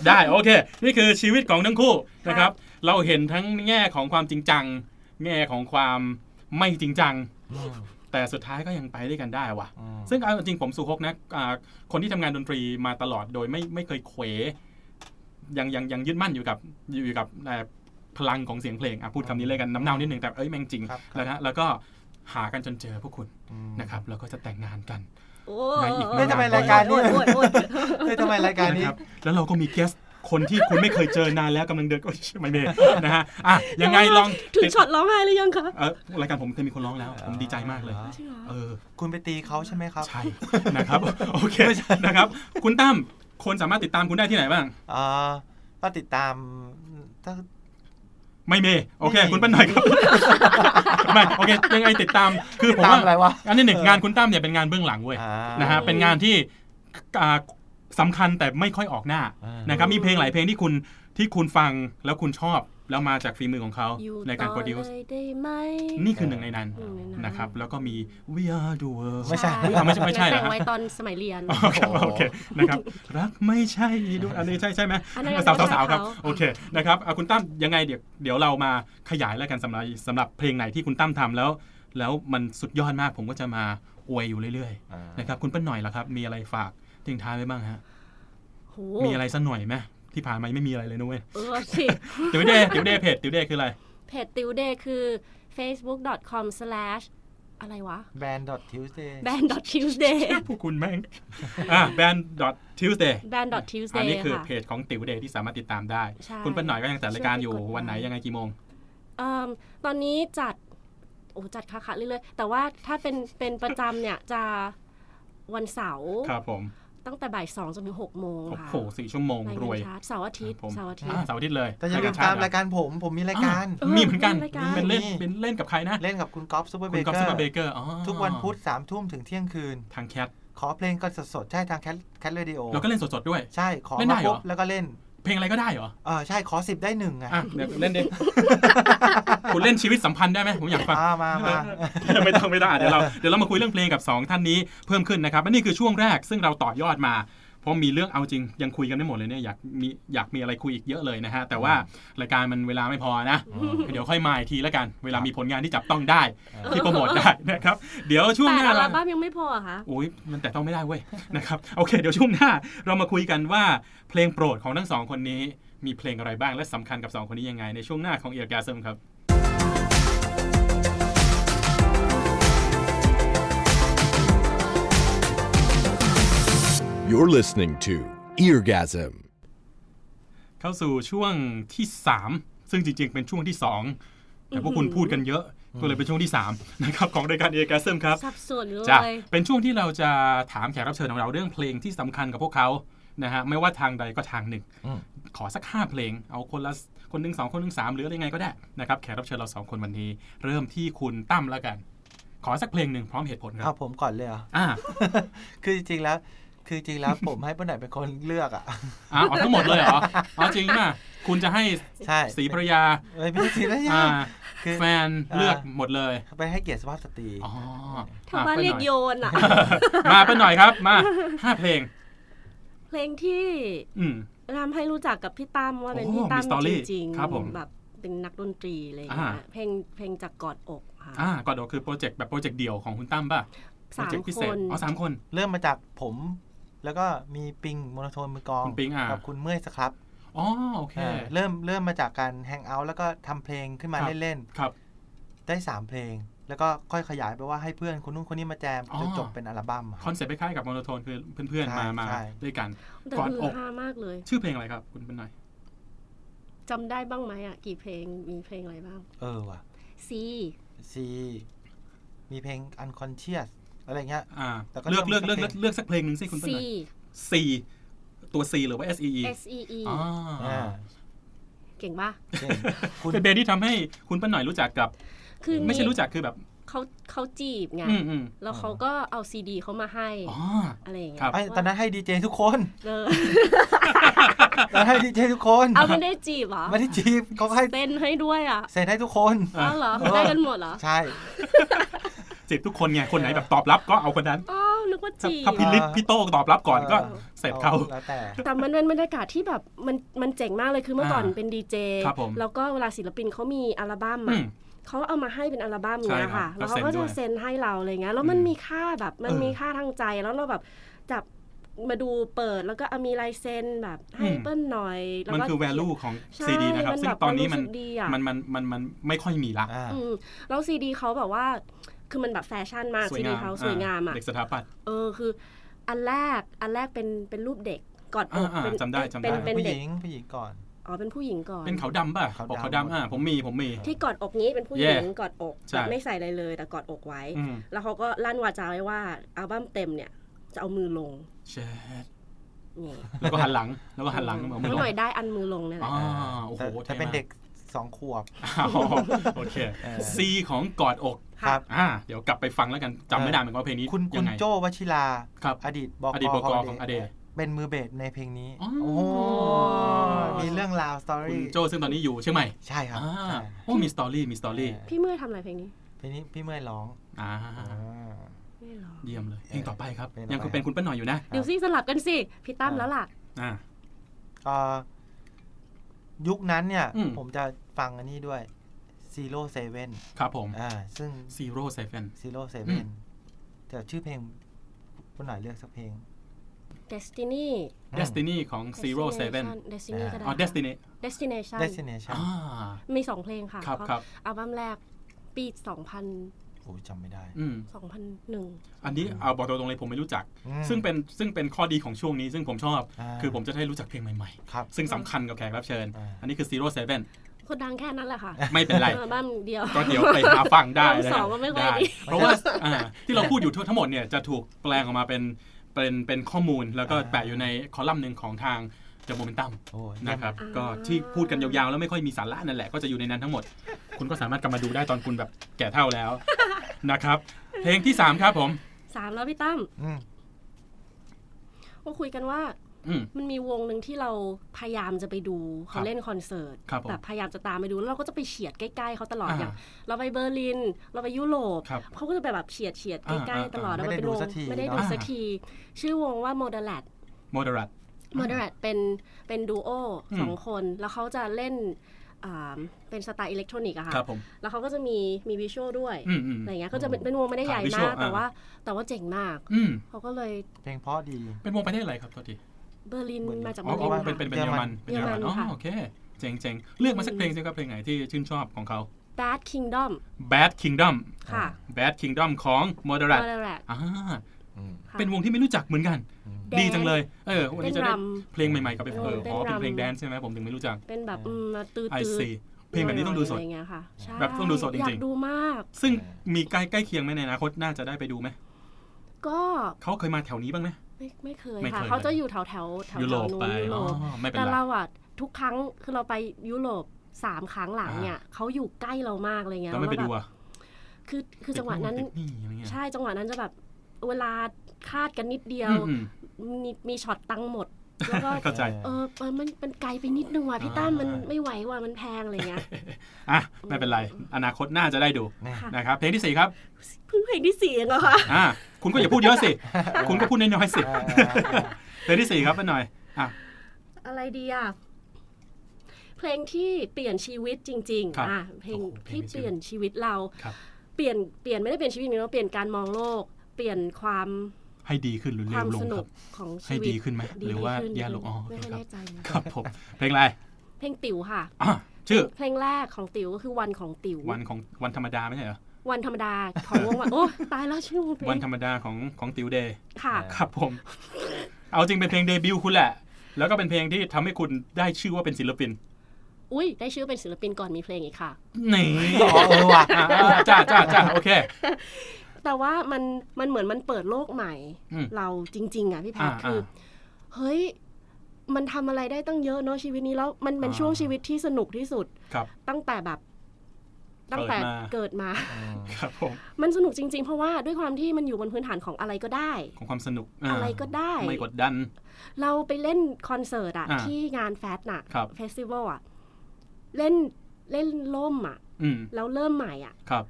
ได้โอเค นี่คือชีวิตของทั้งคู่นะครับ เราเห็นทั้งแง่ของความจริงจัง แง่ของความไม่จริงจัง
อืม
แต่สุดท้ายก็ยังไปด้วยกันได้ว่ะ
อืม
ซึ่งเอาจริงผมสุฮกนะอ่าคนที่ทำงานดนตรีมาตลอดโดยไม่ไม่เคยเขวยังยังยังยึดมั่นอยู่กับอยู่อยู่กับเอ่อพลังของเสียงเพลงอ่ะพูดคำนี้เลยกันน้ำเน่านิดหนึ่งแต่เอ้ยแม่งจริง
ครับครับ
แล้วนะแล้วก็หากันจนเจอพวกคุณ
อืม
นะครับแล้วก็จะแต่งงานกัน
โอ้
ไม่อีกไม่
ทำไมรายการนี้
โอ้ยโอ้ยโอ้ยโอ้ย
เฮ้ยทำไมรายการนี้
นะครับแล้วเราก็มีเกสคนที่คุณไม่เคยเจอนานแล้วกำลังเดินโอ้ยไม่เมย์นะฮะ อ่ะยังไงลอง
ถึงช็อตร้องไห้หรือยังคะ
เออรายการผมเคยมีคนร้องแล้ว ผมดีใจมากเลย
จริงเหรอ
เออ
คุณไปตีเขาใช่ไหมครับ
ใช่ นะครับ โอเค นะครับ คุณตั้ม คนสามารถติดตามคุณได้ที่ไหนบ้าง
อ่าก็ติดตามถ้า
ไม่เมโอเค
ไม่มี
คุณเป็นหน่อย ครับ ไม่ โอเค ยังไงติดตาม คือผม
ตาม
ว่า
อะไรวะ
อันนี้หนึ่ง
เออ
งานคุณตั้มเนี่ยเป็นงานเบื้องหลังเว้ย
อ่า
นะฮะ เป็นงานที่อ่าสำคัญแต่ไม่ค่อยออกหน้า
อ่าน
นะครับ มีเพลงหลายเพลงที่คุณ ที่คุณฟังแล้วคุณชอบ แล้วมาจากฝีมือของเขา
อยู่
ในการโปรดิว
ต่
ซ์
อเลยได้ไหม
นี่คือหนึ่งในนั้น
หนึ่งในนั้น
นะครับ แล้วก็มี We Are the World
ไม่ใช่
อ่ะไม่ใช่ไม่ใช่เหรอ
แต่ง
ฮะ
ไว้ตอนสมัยเรียน
อ๋อครับโอเคนะครับรักไม่ใช่ด้วยอันนี้ใช่ใช่ไหม
อันนั้น
สาวสาวสาว
อันนั้น
ครับ
เขา
โอเคนะครับอ่ะคุณตั้มยังไงเดี๋ยวเดี๋ยวเรามาขยายแล้วกันสำหรับสำหรับเพลงไหนที่คุณตั้มทำแล้ว แล้วมันสุดยอดมากผมก็จะมาอวยอยู่เรื่อย
อ่า
ๆนะครับคุณเป้นหน่อยล่ะครับ มีอะไรฝากทิ้งท้ายไว้บ้างฮะ
โห
มีอะไรสักหน่อยไหมที่ผ่านมาไม่มีอะไรเลยนะเว้ย
เออสิ
ติวเด้ติวเด้เพจติวเด้คืออะไร
เพจติวเดย์คือ facebook.com slash อะไรวะ
แบรนด์ .tuesday
band tuesday
พวกคุณแม่งอ่ะ band tuesday
band
อัน
tuesday
นี้คือ
ค่ะ
เพจของติวเดที่สามารถติดตามได้
ใช่
คุณเป้นหน่อยก็ยังจัดรายการอยู่
ช่วยไปกดไลค์
วันไหนยังไงกี่โมง
เอิ่มตอนนี้จัด โอ้จัดค่ะค่ะเรื่อยๆ แต่ว่าถ้าเป็นเป็นประจำเนี่ย จะวันเสาร์
ครับผม
ตั้งแต่บ่ายสองจนถึงหกโมง
โอ้
ค่ะ
โหสี่ชั่วโมง
ราย
ร
งาน
วย
ชาร์จเสาร์อาทิตย์
ผม
เสาร์อาทิต
อ่า
ย์
เสาร์อาทิตย์เลย
แต่อย่าลืม
ช
ตาม
ติ
รายการผม ผมมีรายการ
อ่มีเหมือนกัน
เออมีรายการ
เป็นเล่น
มี
เป็นเล่นกับใครนะ
เล่นกับคุณก๊อฟซูเปอร์เบ
คุณ
เก
ก๊อฟ
อ
ซู
ร์
เปอร์เบเกอร์อ๋อ
ทุกวันพุธสามทุ่มถึงเที่ยงคืน
ทางแคท
ขอเพลงก็สดๆ ใช่ทางแคทแคทเรดิโอ
แล้วก็เล่นสด ๆ ด้วย
ใช่ขอ
เล่นได้
มา
เหรอ
ปุ๊บแล้วก็เล่น
เพลงอะไรก็ได้เหรอ
เออใช่ขอสิบได้หนึ่งไง
อ่ะ เดี๋ยวเล่ นดิ คุณเล่นชีวิตสัมพันธ์ได้ไหมผมอยากฟัง
อ่ามามา
ไม่ต้องไม่ต้องอ่ะเดี๋ยวเราเดี๋ยวเรามาคุยเรื่องเพลงกับ 2 ท่านนี้เพิ่มขึ้นนะครับและนี่คือช่วงแรกซึ่งเราต่อยอดมาเพราะมีเรื่องเอาจริงยังคุยกันไม่หมดเลยเนี่ยอยากมีอยากมีอะไรคุยอีกเยอะเลยนะฮะแต่ว่ารายการมันเวลาไม่พอนะ เดี๋ยวค่อยมาอีกทีแล้วกัน เวลามีผลงานที่จับต้องได้ ที่โปรโมทได้นะครับเดี๋ยวช่วง
แต่
หน้า
อัล
เรา
บั้มยังไม่พอเหรอค่ะ
โอ้ยมันแต่ต้องไม่ได้เว้ย นะครับโอเค เดี๋ยวช่วงหน้าเรามาคุยกันว่าเพลงโปรดของทั้งสองคนนี้มีเพลงอะไรบ้างและสำคัญกับสองคนนี้ยังไงในช่วงหน้าของเอียร์แกซึมครับ
You're listening to Eargasm.
เข้าสู่ช่วงที่ 3 ซึ่งจริงๆ เป็นช่วงที่ 2 แต่พวกคุณพูดกันเยอะ ก็เลยเป็นช่วงที่ 3 นะครับ ของรายการเอียร์แกซึมครับ
สับสนเล
จะ
ย
เป็นช่วงที่เราจะถามแขกรับเชิญของเราเรื่องเพลงที่สำคัญกับพวกเขานะฮะไม่ว่าทางใดก็ทางหนึ่ง
อืม
ขอสัก 5 เพลง เอาคนละคนหนึ่งสองคนหนึ่งสามหรืออะไรยังไงก็ได้นะครับแขกรับเชิญเรา 2 คนวันนี้ เริ่มที่คุณตั้มแล้วกัน ขอสักเพลงหนึ่งพร้อมเหตุผลค
เอา
รับ
ผมก่อนเลยเหรอ่ะ
อ่า
คือจริงๆแล้ว คือจริงๆแล้ว ผมให้ป้าหน่อยเป็นคนเลือกอ่ะ
อ่าเอาทั้งหมดเลยเหรอเอาจริงป่ะคุณจะให้
ใช่
สีภรรยา
เอ้ยไม่ใช่สีภรรยา
อ่า
คือ
แฟน
อ่า
เลือกหมดเลย
ไปให้เกียรติสภาพสตรี
อ๋อ
ทำบ้าน
อ่ะ
เรี
ไปห
ยก
น่อ
โยน อ่ะ
มาไปหน่อยครับมาห้าเพลง
เพลงที่
อืม
ทำให้รู้จักกับพี่ตั้มว่าเป็น
โอ้
พี่ตั้
มี
ม
story
จริง
ครับผม
แบบเป็นนักดนตรีอะไรอย่างเงี้ยเพลงเพลงจากกอดอกค่ะ
อ่าก่อนเดี๋ยวคือโปรเจกต์แบบโปรเจกต์เดี่ยวของคุณตั้มป่ะโปร
สาม
เจกต์พิ
ค
เศษ
น
อ๋อสามคน
เริ่มมาจากผม แล้วก็มีปิงโมโนโทนมือกลอง
คุณปิงอ่ะ
กับคุณเมื่อยสครับ
อ๋อโอเค
อ่าเริ่มเริ่มมาจากการแฮงเอาท์แล้วก็ทำเพลงขึ้น
ค
มา
รับ
เล่น
ครับ
ๆได้ 3 เพลง แล้วก็ค่อยขยายไปว่าให้เพื่อนคนนู้นคนนี้มาแจม
อ๋อ
จนจบเป็นอัลบั้ม
คอนเซ็ปต์คล้ายๆกับโมโนโทนคือเพื่อนๆมามาด้วยกัน
แต่
กอด
คือ
อก
ฮามากเลย
ชื่อเพลงอะไรครับ คุณเป็นหน่อย
จำได้บ้างไหมอ่ะ กี่เพลงมีเพลงอะไรบ้าง
เออว่ะ
ซี
ซีมีเพลง unconscious อะไรเงี้ย
อ่า
แต่ก็
เลือก
เริ่
เลือก
ม
เลือกเลือ
สั
ก ก
เพลง
เลือกสักเพลงหนึ่งสิคุณเป็น
ซี
หน่อย C ตัว C หรือว่า S E E
S E E
อ๋อ
อ่า
เก่งปะ
เช่นคุณ
เป็นเบรที่ทำให้คุณเป็นหน่อยรู้จักกับ
คือ
ไม่ใช่รู้จักคือแบบ
เขาเขาจีบไง
อืมอืม
แล้วเขาก็เอาซีดีเขามาให้
อ๋อ
อะไรอย่างเงี้
ครั
ย
บ
ไอ้ตอนนั้นให้ดีเจทุกคน
เออ
ตอนนั้นให้ดีเจทุกคน
เอาไม่ได้จีบเหรอ
ไม่ได้จีบเขาให้
เต้นให้ด้วยอ่ะ
เซ็นให้ทุกคน
อ่ะ
อ้าวเหรอเขาได้กันหมดเหรอ
ใช่
จีบทุกคนไงคนไหนแบบตอบรับก็เอาคนนั้น
อ้าวนึกว่า
ถ้า
จีบ
ถ้าพี่ลิศพี่โต้ตอบรับก่อนก็
เออ
เสร็จเขา
แล้วแต่
แต่มันเป็นบรรยากาศที่แบบมันมันเจ๋งมากเลยคือเมื่อก่อน
อ่า
เป็นดีเจ
ครับผม
แล้วก็เวลาศิลปินเขามีอัลบั้ม
อืม
อ่ะเขาเอามาให้เป็นอัลบั้ม
ใช่
เนี้ย
ครับ
ค่ะ แล้วเขาก็
แล้วเซ็นด้วย
จะเซ็นให้เราอะไรเงี้ย แล้วมัน
อืม
มีค่าแบบ มัน
เออ
มีค่าทางใจ แล้วเราแบบจับมาดูเปิด แล้วก็เอามีลายเซ็นแบบให้
อืม
เปิ้ลหน่อยแล้ว
มัน
ก็
คือ value ของ
ใช่
CD นะครับ
มั
ซึ่ง
แบบ
ตอนนี้มัน
รู้สึกดีอะ
มันมันมันมันไม่ค่อยมีละ
อ่า
อืมแล้วซีดีเขาแบบว่า คือมันแบบแฟชั่นมาก
สวย
ซีดี
งาม
เขาสวยงามอ่ะ
เด็กสถาปัตย์
เออ คืออันแรก อันแรกเป็นเป็นรูปเด็กกอดอก
อ่าๆ
เป็น
จำได้จำได้
เป็นเป็น
ผู้ห
เด็ก
ญิงผู้หญิงก่อน
อ๋อ เป็นผู้หญิงก่อน
เป็นขาวดำป่ะ
ขาวดำ
บอกขาวดำอ่ะผมมีผมมี
ที่กอดอกนี้เป็นผู้ห
แย่
ญิงกอดอก
ใช่
แบบไม่ใส่อะไรเลย แต่กอดอกไว้
อืม
แล้วเขาก็ลั่นวาจาไว้ว่า อัลบั้มเต็มเนี่ย จะเอามือลง
เช็ด
นี่
แล้วก็หันหลังแล้วก็หันหลังเอามือล
เมื่
ง
อหน่อยได้อันมือลงเนี่ยแห
อ๋อ
ละ
โอ้โห
แต่แต่เป็นเด็กสองขวบ
อ้าว โอเค
เออ
C ของกอดอก
ครับ
อ่าเดี๋ยวกลับไปฟังแล้วกันจำไม่ได้เหมือนกันว่าเพลงนี้
คุณ
ยั
คุณ
งไง
โจวชิลา
ครับ
อดีตบอก
อดีตบกของอเด
เป็นมือเบสในเพลงนี้
อ๋อ
โอ้มีเรื่องราวสตอ
คุณ
รี่
โจซึ่งตอนนี้อยู่เชียงใหม่
ใช่ครับ
อ่า
ใช่
โอ้มีสตอรี่มีสตอรี่
พี่เมื่อทำอะไรเพลงนี้
เพลงนี้พี่เมื่อยร้อง
อ่า
า
ไม่หรอ
เยี่ยมเลยเพลงต่อไปครับ
เพลงต่อไป
ยังคงเป็นคุณป้าหน่อยอยู่นะ
เดี๋ยวซิสลับกันสิ พี่ตั้มแล้วล่ะ
อ่า
เอ่อยุคนั้นเนี่ย
อืม
ผมจะฟังอันนี้ด้วยซีโร่เซเว่น
ครับผม
อ่าซึ่ง
ซีโร่เซเว่น
ซีโร่เซ
อื
เว่
ม
นแต่ชื่อเพลงคุณหน่อยเลือกสักเพลง
Destiny
Destiny ของ Zero Seven
Destiny ก็ได้
อ๋อ Destiny
Destination
Destination
อ่า
มีสองเพลงค่ะ
ครับ
เพาะ
ครับ
อัลบั้มแรกปี2000
โอ้ยจำไม่ได้
อืม
2001
อันนี้เอาบอกตรงๆเลยผมไม่รู้จัก
อืม
ซึ่งเป็นซึ่งเป็นข้อดีของช่วงนี้ ซึ่งผมชอบ
อ่า
คือผมจะได้รู้จักเพลงใหม่
ครับ
ๆ ซึ่งสำคัญกับแขกรับเชิญ
อ่า
อันนี้คือ Zero Seven
คนดังแค่นั้นแหละค่ะ
ไม่เป็นไร
อัลบั้มเดียว
ก็เดี๋ยวไปหาฟังได้นะ
สองก็ไม่ค่อย
ได้
ดี
เพราะว่าอ่าที่เราพูดอยู่ทั้งหมดเนี่ยจะถูกแปลงออกมาเป็นเป็นเป็นข้อมูลแล้วก็
อ่า
แปะอยู่ในคอลัมน์หนึ่งของทาง The Momentum
โอ้ย
นะครับ
อ่า
ก็ที่พูดกันยาวๆ แล้วไม่ค่อยมีสาระนั่นแหละก็จะอยู่ในนั้นทั้งหมด คุณก็สามารถกลับมาดูได้ตอนคุณแบบแก่เท่าแล้ว นะครับ เพลงที่ 3 ครับผม
สามแล้วพี่ตั้ม
อืม
ก็คุยกันว่า
อืม
มันมีวงหนึ่งที่เราพยายามจะไปดูเขาเล่นคอนเสิร์ต
ครับผม
แบบพยายามจะตามไปดูแล้วเราก็จะไปเฉียดใกล้ๆเขาตลอด
อ่า
อย่างเราไปเบอร์ลิน เราไปยุโรป
ครับ
เขาก็จะไปแบบเฉียดเฉียดๆ
อ่า
ใกล้
อ่า
ๆตลอด
อ่า
แล้วนเป็นวง
ไม่
ไม่
ได้
ได้
ดู
ดู
สั
สั
ก
กที
ที
ชื่อวงว่า m o d e l a t
Moderate
m o d e l a t เป็นเป็นดูโอ
อืม
สองคนแล้วเขาจะเล่นอ่าเป็นสไตล์อิเล็กทรอนิกส์อะค่ะ
ครับผม
แล้วเขาก็จะมีมีวิชวลด้วย
อืมอืม
อะไรเงี้ยก็จะเป็นเป็นวงไม่ได้ใหญ่
ครับ visual
มากแต่
อ่า
ว่าแต่ว่าเจ๋งมาก
อืม
เขาก็เลย
เพลงเพราะดี
เป็นวงประเทศอะไรครับตัวที
เบอร์ลิน
เบอร์ลิน
มาจาก
อ๋
เบ
อ
อร์
อ๋
ลิ
อน เป็นเป็น
ค่ะ
เป็นเยอรมันเป็นเยอรมัน
เยอรมัน
อ๋อ
ค่ะ
โอเคเจ๋งเจ๋งเลือกมาสักเพลงสิครับเพลงไหนที่ชื่นชอบของเขา
Bad Kingdom
Bad Kingdom
ค่ะ
Bad Kingdom ของ
m o
Moderate
d e l a t
อ่า
อืม
ค่ะ
เป็นวงที่ไม่รู้จักเหมือนกัน
อืม
แดน
ดีจังเลย เออวันนี้จะได้
เต้นรำ
เพลงใหม่ๆกลับไปเออ
เต้น
อ๋อเป็น
รำ
เพลงแดนซ์ใช่ไหมผมถึงไม่รู้จัก
เป็นแบบอืมมาตื้อ
I
ตื้
see เพลงแบบนี้ต้องดูสด
ะไรเงี้ยค่ะใช่
แบบต้องดูสดจริงๆ
อยากดูมาก
ซึ่งมีใกล้ใกล้เคียงไหมในอนาคตน่าจะได้ไปดูไหม
ก็
เขาเคยมาแถวนี้บ้างไหม
ไม่ไม่เคย
ไม่เค
ค่ะ
ย
เขาจะอยู่แถวแถวแถว
ยุ
แถ
โร
ว
ป
นู้
ไป
นยุโร
อ๋อ
ป
ไม่เป็น
แต่
ไร
เราอ่ะทุกครั้งคือเราไปยุโรปสามครั้งหลังเนี่ยเขาอยู่ใกล้เรามากเลยเงี้ย
แล้วไม่ไป
แบ
ดู
บ
อ่ะ
คือคือจังหวะนั้น
ติดหอะไรเงี้ย
ใช่จังหวะนั้นจะแบบเวลาคาดกันนิดเดียว
อืม
มีมีช็อตตังค์หมด แล้วก็
เข้าใจ
เออเออมันมันไกลไปนิดนึงว่ะพี่ตั้มมัน
อ่า
ไม่ไหวว่ะมันแพงอะไรเงี้ย
อ่ะไม่เป็นไร อนาคตน่าจะได้ดู
แม่
ค่ะ
นะครับเพลงที่สี่ครับ
เพิ่งเพลงที่สี่เองเหรอคะ
อ่ะคุณก็อย่าพูดเยอะสิ คุณก็พูดน้อยๆสิ
เออเออ
เพลงที่สี่ครับป้าหน่อยอ่ะ
อะไรดีอ่ะเพลงที่เปลี่ยนชีวิตจริง
ครับ
ๆอ่ะเพลง
โอ้โหเพลงมีชื่อ
ที่เปลี่ยนชีวิตเรา
ครับ
เปลี่ยนเปลี่ยนไม่ได้เปลี่ยนชีวิตอย่างเดียวนะเปลี่ยนการมองโลก เปลี่ยนความ
ให้ดีขึ้นหรือ
ค
เล
วาว ม
ลง
สนุ
ครั
ก
บ
ของชี
ให้
วิต
ดีขึ้นไหมหรือว่า
ขึ้น
แย่ลงอ๋อ
ไม่
ค
ค่อย
รับ
แน่ใจเหมือน
ค
กัน
รับผมเพลงอะไร
เพลงติ๋วค่ะ
อ่ะชื่อ
เพลงแรกของติ๋วก็คือวันของติ๋ว
วันของวันธรรมดาไม่ใช่เหรอ
วันธรรมดาของวงวัน โอ้ตายแล้วชื่อวงเพล
วัน
ง
ธรรมดาของของติวเดย์
ค่ะ
อ่า
ครับผม เอาจริงเป็นเพลงเดบิวต์คุณแหละ แล้วก็เป็นเพลงที่ทำให้คุณได้ชื่อว่าเป็นศิลปิน
อุ้ยได้ชื่อเป็นศิลปินก่อนมีเพลงอีกค่ะ
นี่
อ๋อเออว่ะ
อ่ะอ่ะจ้าจ้าจ้าโอเค
แต่ว่ามันมันเหมือนมันเปิดโลกใหม่
อืม
เราจริง ๆ อ่ะพี่แพทย์
อ่า
คือ เฮ้ย มันทำอะไรได้ตั้งเยอะเนอะชีวิตนี้แล้วมันเป็น
อ่า
ช่วงชีวิตที่สนุกที่สุด
ครับ
ตั้งแต่แบบ ตั้งแต่
เกิดมา
เกิดมา
ครับผม
มันสนุกจริง ๆ เพราะว่าด้วยความที่มันอยู่บนพื้นฐานของอะไรก็ได้
ของความสนุกา
อะไรก็ได้
ไม่กดดัน
เราไปเล่นคอนเสิร์ตอะ
อ่า
ที่งานแฟตน่ะ
ครับ
เฟสติวัลอะเล่นเล่นล่มอะ
อืม
แล้วเริ่มใหม่อะ
ครับ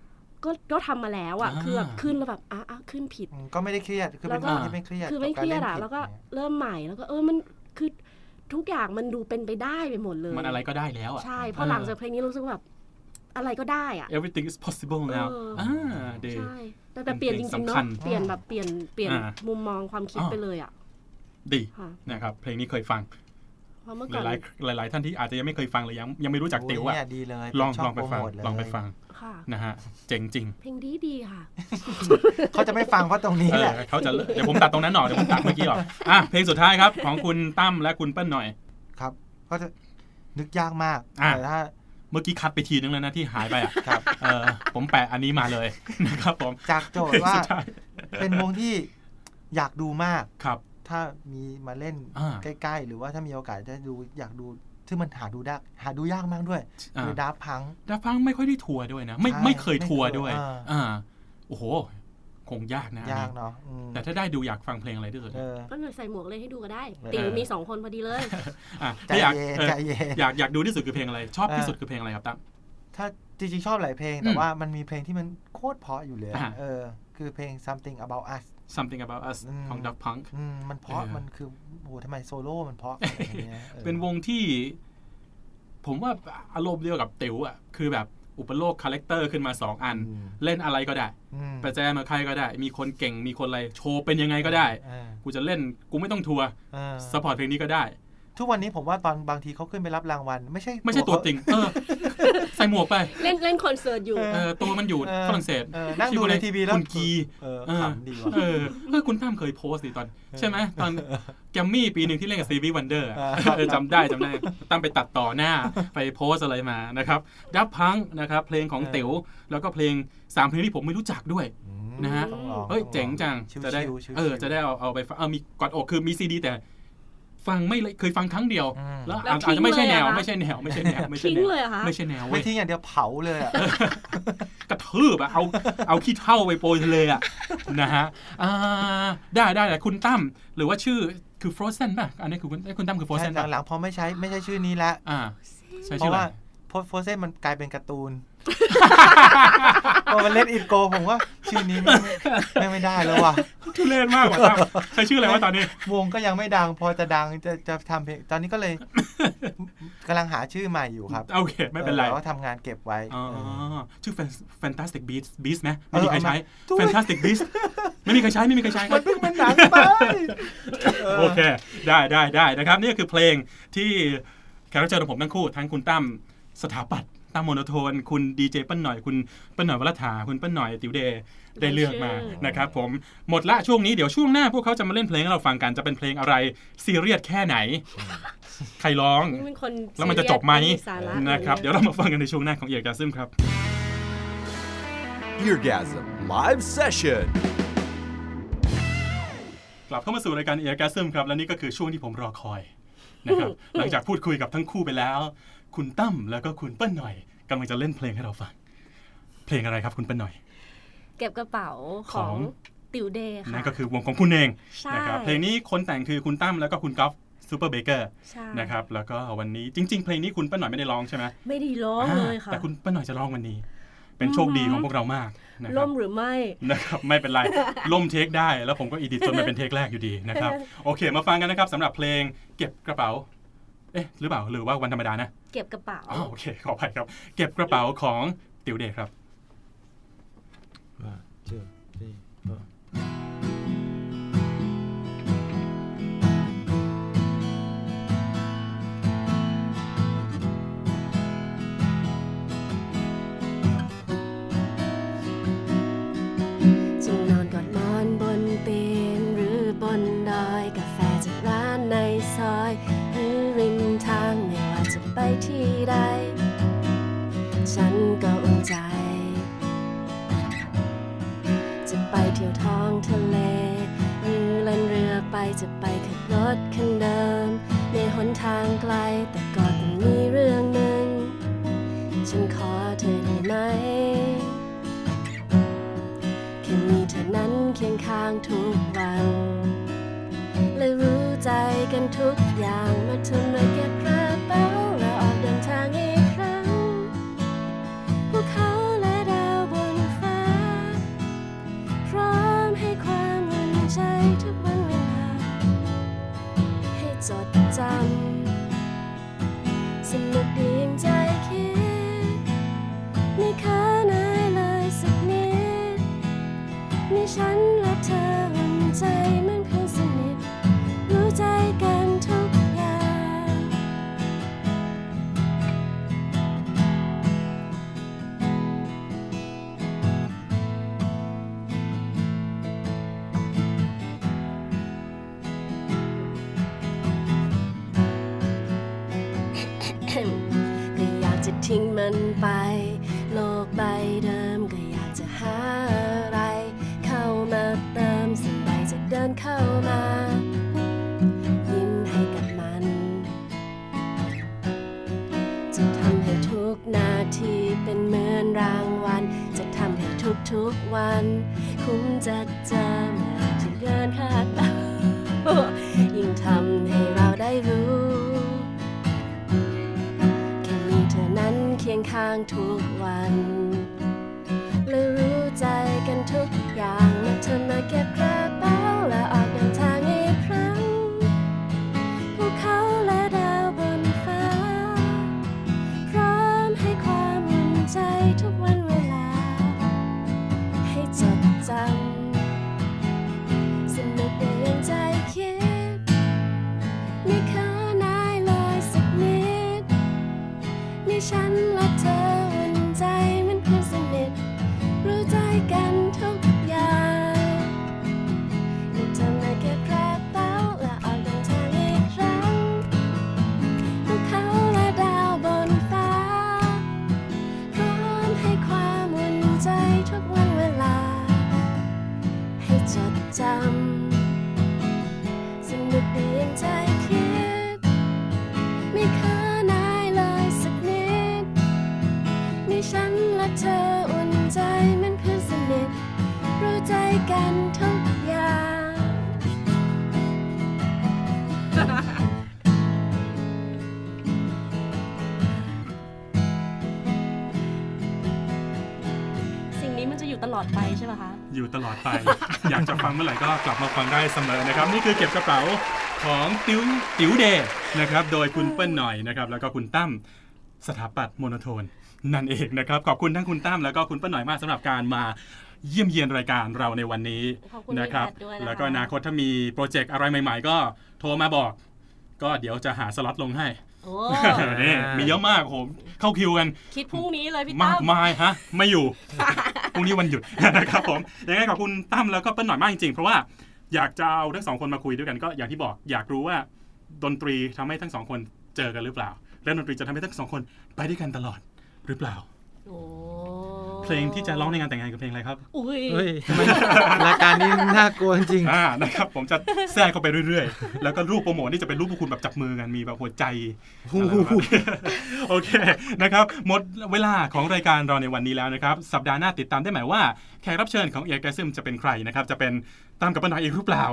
ก็ก็ทำมาแล้วอะ
อ่า
คือแบบขึ้นแล้วแบบอ่ะอ่ะขึ้นผิด
อืมก็ไม่ได้เครียด คือเป็นคนที่ไม่เครียด
คือไม่เครียด
กับ
อ่ะ
กาล่นผิ
แล้วก็
เนี่ย
เริ่มใหม่แล้วก็เออมันคือทุกอย่างมันดูเป็นไปได้ไปหมดเลย
มันอะไรก็ได้แล้วอ่ะ
ใช่เพราะหลังจากเพลงนี้รู้สึกว่าแบบอะไรก็ได้อ่ะ
everything is possible now
เอออ่
อ่าดี
ใช่แต่แต่เปลี่ยนจริงๆ
เป็นเพลงสำ
เนาะ
คัญ
เปลี่ยนแบบเปลี่ยนเปลี่ยน
อ่า
มุมมองความคิด
อ่า
ไปเลยอ่ะ
ดี
ค่ะ
นะครับเพลงนี้เคยฟัง
เพราะเมื่อ
ห
ก่อน
ลายๆหลาย ๆ ท่านที่อาจจะยังไม่เคยฟังหรือยังยังไม่รู้จัก
โอ้ย
ติวอ่ะ
เนี่ยดีเลย
ลอง
ช่
ลองไป
โปร
ฟัง
โมทเย
ลองไปฟัง
ค่ะ
นะฮะเจ๋งจริง
เพลงดีดีๆค่ะ
เขาจะไม่ฟังเพราะตรงนี้
เอ
แห
อ
ละ
เขาจะเลิกเดี๋ยวผมตัดตรงนั้นหน่อยเดี๋ยวผมตัดเมื่อกี้ออกอ่ะเพลงสุดท้ายครับ ของคุณตั้มและคุณเปิ้ลหน่อย
ครับก็จะนึกยากมาก
อ่ะ
แต่ถ้า
เมื่อกี้คัดไปทีนึงแล้วนะที่หายไปอ่ะ
ครับ
เออผมแปะอันนี้มาเลย นะครับผม
จากโจท
เพล
ย์
ง
ว่า
สุดท้าย
เป็นวงที่อยากดูมาก
ครับ
ถ้ามีมาเล่น
อ่า
ใกล้ ๆ หรือว่าถ้ามีโอกาสจะดูอยากดูซึ่งมันหาดูยากหาดูยากมากด้วย
อ่า
คือดาพัง
ดาฟังไม่ค่อยได้ทัวร์ด้วยนะ ไม่
ใช่
ไม่เคยทัวร์ด้วย
ไม่เคยอ่า
อ่าโอ้โห คงยากนะอัน
ยา
นี้
กเนาะอืม
แต่ถ้าได้ดูอยากฟังเพลงอะไรที่สุด
เออ
ก็เลยใส่หมวกเลยให้ดูก็ได้
เออ
ติวมีสองคนพอดีเลย
อ่ะ
ใจ
ถ้าอยาก
เย็น
เออ
ใจเย็น
อยากอยากดูที่สุดคือเพลงอะไร ชอบที่
อ่า
สุดคือเพลงอะไรครับตั้ม
ถ้าจริงๆชอบหลายเพลง
อืม
แต่ว่ามันมีเพลงที่มันโคตรเพราะอยู่เลย
อ่า
เออ คือเพลง something about us
Something About Us
อืม
ของ Daft Punk
อืมมันเพราะ
เออ
มันคือโอ้โหทำไมโซโล่มันเพราะอะไรอย่างงี้ยออ
เป็นวงที่ ผมว่าอารมณ์เดียวกับติ๋วอ่ะ คือแบบอุปโลกคาแรคเตอร์ขึ้นมาสองอัน
อืม
เล่นอะไรก็ได้
อืม
ไปแจมกับใครก็ได้ มีคนเก่งมีคนอะไร โชว์เป็นยังไงก็ได้
เออ
กูจะเล่นกูไม่ต้องทัวร์
เออ
สปอร์ตเพลงนี้ก็ได้
ทุกวันนี้ผมว่าตอนบางทีเขาขึ้นไปรับรางวัล ไม่ใช่
ไม่ใช่ตัว
เขา
จริง เออ ใส่หมวกไป
เล่นเล่นคอนเสิร์ตอยู่
เออ
เออตัวมันอยู่
เออ
ฝรั่งเศส
เออนั่งดูในทีวีแล้ว
คุณกี
เออ
เออ
ขำดีว่ะ
เออเออคุณตั้มเคยโพสต์ดิตอน ใช่ไหมตอนแกมมี่ปีหนึ่งที่เล่นกับซีวีวันเดอร์
อ่าครับ
จำได้จำได้ตั้มไปตัดต่อหน้า ไปโพสต์อะไรมานะครับดับพังนะครับ เพลงของเต๋วแล้วก็เพลงสามเพลงที่ผมไม่รู้จักด้วย
อืม
นะฮะ
ต้องลอง
เฮ้ย
ต้องลอ
เจ๋งจัง
ชิวๆ
จะได้
ชิวๆ
เออจะได้เอาเอาไปฟังเออมีกอดอกคือมีซีดี แต่ ฟังไม่เลยเคยฟังครั้งเดียว
อืม
แล้ว
แล้ว
อาจ
ทิ้
อาจ
ง
จะไม่ใช่
เลย
แน
เหร
ว
อคะ
ไม่ใช่แนวไม่ใช่แนวไม่ใช่
ทิ้
แน
ง
ว
เลยเหรอคะ
ไม่ใช่แนวเว้
ไม่
ย
ทิ้งอย่างเดียวเผาเลยอะ
กระทืบอะเอาเอาขี้เท่าไปโปรยทะเลอะนะฮะอ่าได้ได้แต่คุณตั้มหรือว่าชื่อคือ Frozen ป่ะ อันนี้คือคุณคุณตั้มคือ Frozen
ใช่
ป่ะ
หลังๆพอไม่ใช้ไม่ใช่ชื่อนี้ละ
อ่า ใช่
เพ
ชื่ออะไร
ราะว่าโพสโพสเซนมันกลายเป็นกา ร์ตูน พอมันเล่นอินโกผมว่าชื่อนี้ไม่ไม่ไม่ได้แล้วว่ะ
ทุเรศมากกว่าตั้มใช้ชื่ออะไรวะตอน นี้
วงก็ยังไม่ดัง พอจะดังจะจะทำเพลงตอนนี้ก็เลยกำลังหาชื่อใหม่อยู่ครับ
โอเค ไม่เป็นไร
ออแล้วก็ทำงานเก็บไว้
อ๋อ
เออ
ชื่อ Fan- Fantastic Beasts Beasts ไหมไม่มีใครใช้
เออเอามา
Fantastic Beasts ไม่มีใครใช้ไม่มีใครใช้ครั
มัน
บ
เพิ่งมันหนังไป
โอเค ได้ได้ได้นะครับ นี่คือเพลงที่แขกรับเชิญของผมทั้งคู่ ทั้งคุณตั้มสถาปัตย์ตั้มโมโนโทน คุณดีเจเปิ้ลหน่อย คุณเปิ้ลหน่อยวรัฐาคุณเปิ้ลหน่อยติวเดย์ได้เลือกมา
ได้ชื่อ
นะครับผมหมดละช่วงนี้เดี๋ยวช่วงหน้าพวกเขาจะมาเล่นเพลงให้เราฟังกันจะเป็นเพลงอะไรซีเรียสแค่ไหน ใครร้อง
นี่เป็นคน
แล้วมันจะจบไหม
ซีเรียสสาระ
นะครับ เดี๋ยวเรามาฟังกันในช่วงหน้าของเอกาซึมครับ
Eargasm Live Session.
กลับเข้ามาสู่รายการเอ r ก a ซึมครับ และนี่ก็คือช่วงที่ผมรอคอยนะครับ หลังจากพูดคุยกับทั้งคู่ไปแล้ว คุณตั้มแล้วก็คุณเปิ้ลหน่อยกำลังจะเล่นเพลงให้เราฟัง เพลงอะไรครับคุณเปิ้ลหน่อย
เก็บกระเป๋าข
ข
อ
อง
งติวเดย์ค่ะ
นั่นก็คือวงของคุณเอง
ใช่
นะครับเพลงนี้คนแต่งคือคุณตั้มแล้วก็คุณก๊อฟซูเปอร์เบเกอร์
ใช่
นะครับแล้วก็วันนี้จริง ๆ เพลงนี้คุณป้าหน่อยไม่ได้ร้องใช่ไหม
ไม่ได้ร้องเลยค่ะ
แต่คุณป้าหน่อยจะร้องวันนี้ เป็นโชคดีของพวกเรามากนะครั
ล่
บ
มหรือไม่
นะครับไม่เป็นไร ล่มเทคได้ แล้วผมก็อีดิทจนมันเป็นเทคแรกอยู่ดีนะครับโอเค มาฟังกันนะครับสำหรับเพลงเก็บกระเป๋า เอ๊ะ หรือเปล่าหรือว่าวันธรรมดานะ
เก็บกระเป๋า
อ๋อโอเค ขออภัยครับ เก็บกระเป๋าของติวเดย์ครับ
จะนอนกอดหมอนบนเตียงหรือบนดอยกาแฟจากร้านในซอย หรือริมทางไม่ว่าจะไปที่ใด ฉันก็อุ่นใจ จะไปเที่ยวท้องทะเล หรือเล่นเรือไปจะไปขับรถคันเดิม ในหนทางไกลแต่ก็ต้องมีเรื่องหนึ่ง ฉันขอเธอได้ไหม แค่มีเธอนั้นเคียงข้างทุกวัน และรู้ใจกันทุกอย่างมาทำไมเก็บกระเป๋าและออกเดินทางอีกครั้งภูเขาและดาวบนฟ้า พร้อมให้ความอุ่นใจทุกวันเวลา ให้จดจำสนุกดีอย่างใจคิด ไม่เค้านายเลยสักนิด มีฉันและเธออุ่นใจเหมันเพื่อนสนิท รู้ใจกันทุกอย่าง ก็อยากจะทิ้งมันไป โลกใบเดิมก็อยากจะหาอะไร เข้ามาเติมสิ่งใดจะเดินเข้ามา ยิ้มให้กับมัน จะทำให้ทุกนาทีเป็นเหมือนรางวัล จะทำให้ทุกๆวัน คุ้มจะเจอเมื่อที่เกินคาดเดา ยิ่งทำให้เราได้รู้ แค่มีเธอนั้นเคียงข้างทุกวัน และรู้ใจกันทุกอย่างเมื่อเธอมาเก็บกระเป๋าและออกเดินทางอีกครั้งภูเขาและดาวบนฟ้า พร้อมให้ความอุ่นใจทุกวันเวลา ให้จดจำสนุกได้อย่างใจคิดไม่เคยนายเลยสักนิด มีฉันและเธออุ่นใจเหมันเพื่อนสนิท รู้ใจกันทุกอย่างยังจำได้แค่กระเป๋าและออกเดินทางอีกครั้งภูเขาและดาวบนฟ้า พร้อมให้ความอุ่นใจทุกวันเวลา ให้จดจำสนุกได้อย่างใจคิด ไม่เคยนายเลยสักนิด มีฉันและเธออุ่นใจเหมันเพื่อนสนิท รู้ใจกันทุกอย่าง
สิ่งนี้มันจะอยู่ตลอดไปใช่ไหมคะ
อยู่ตลอดไป อยากจะฟังเมื่อไหร่ก็กลับมาฟังได้เสมอนะครับ นี่คือเก็บกระเป๋าของติวติวเดย์นะครับโดยคุณเปิ้ลหน่อยนะครับแล้วก็คุณตั้มสถาปัตย์โมโนโทน นั่นเองนะครับขอบคุณทั้งคุณตั้มแล้วก็คุณเปิ้ลหน่อยมากสำหรับการมาเยี่ยมเยียนรายการเราในวันนี้
ขอบคุณ
นะครั
พี่แพทย์ด้วยนะคะ
แล้วก็อนาคตถ้ามีโปรเจกต์อะไรใหม่ ๆ ก็โทรมาบอก ก็เดี๋ยวจะหาสล็อตลงให้
โอ้
นี่มีเยอะมากผมเข้าคิวกัน
คิดพรุ่งนี้เลยพี่
มา
ตั้
ก
ม
มายฮะ ไม่อยู่ พรุ่งนี้วันหยุด นะครับผมยังไงขอบคุณตั้มแล้วก็เปิ้ลหน่อยมากจริงๆ เพราะว่าอยากจะเอาทั้งสองคนมาคุยด้วยกันก็อย่างที่บอกอยากรู้ว่า ดนตรีทำให้ทั้งสองคนเจอกันหรือเปล่า และดนตรีจะทำให้ทั้งสองคนไปด้วยกันตลอดหรือเปล่า
โอ้
เพลงที่จะร้องในงานแต่งงานคือเพลงอะไรครับ
อุ้ย
เฮ้ยทำไมรายการนี้น่ากลัวจริง
อ่านะครับผมจะแทรกเข้าไปเรื่อยๆ แล้วก็รูปโปรโมทนี่จะเป็นรูปพวกคุณแบบจับมือกันมีแบบหัวใจอะไรแบบนั้น โอเคนะครับหมดเวลาของรายการเราในวันนี้แล้วนะครับ สัปดาห์หน้าติดตามได้ไหมว่า แขกรับเชิญของเอียร์แกซึมจะเป็นใครนะครับ จะเป็นตามกับปัญหาอีกหรือเปล่า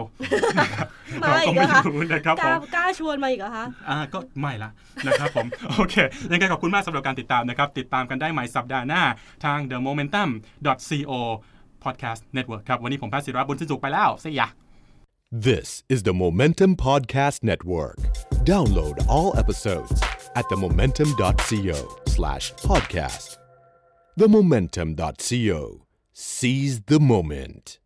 มา
เรา
อี
ก็
กเหร
ไม่
อคะ
รู้นะครับ
ก
ผ
ล้าม กล้าชวนมาอีกเหรอคะ
อ่าก็ไม่ละนะครับผม โอเค ยังไงขอบคุณมากสำหรับการติดตามนะครับ ติดตามกันได้ใหม่สัปดาห์หน้าทาง the momentum co podcast network ครับ วันนี้ผมแพทย์ศิระบุญสินสุขไปแล้วสวัสดีค่ะ
This is the Momentum Podcast Network. Download all episodes at themomentum.co slash podcast. Themomentum.co. Seize the moment.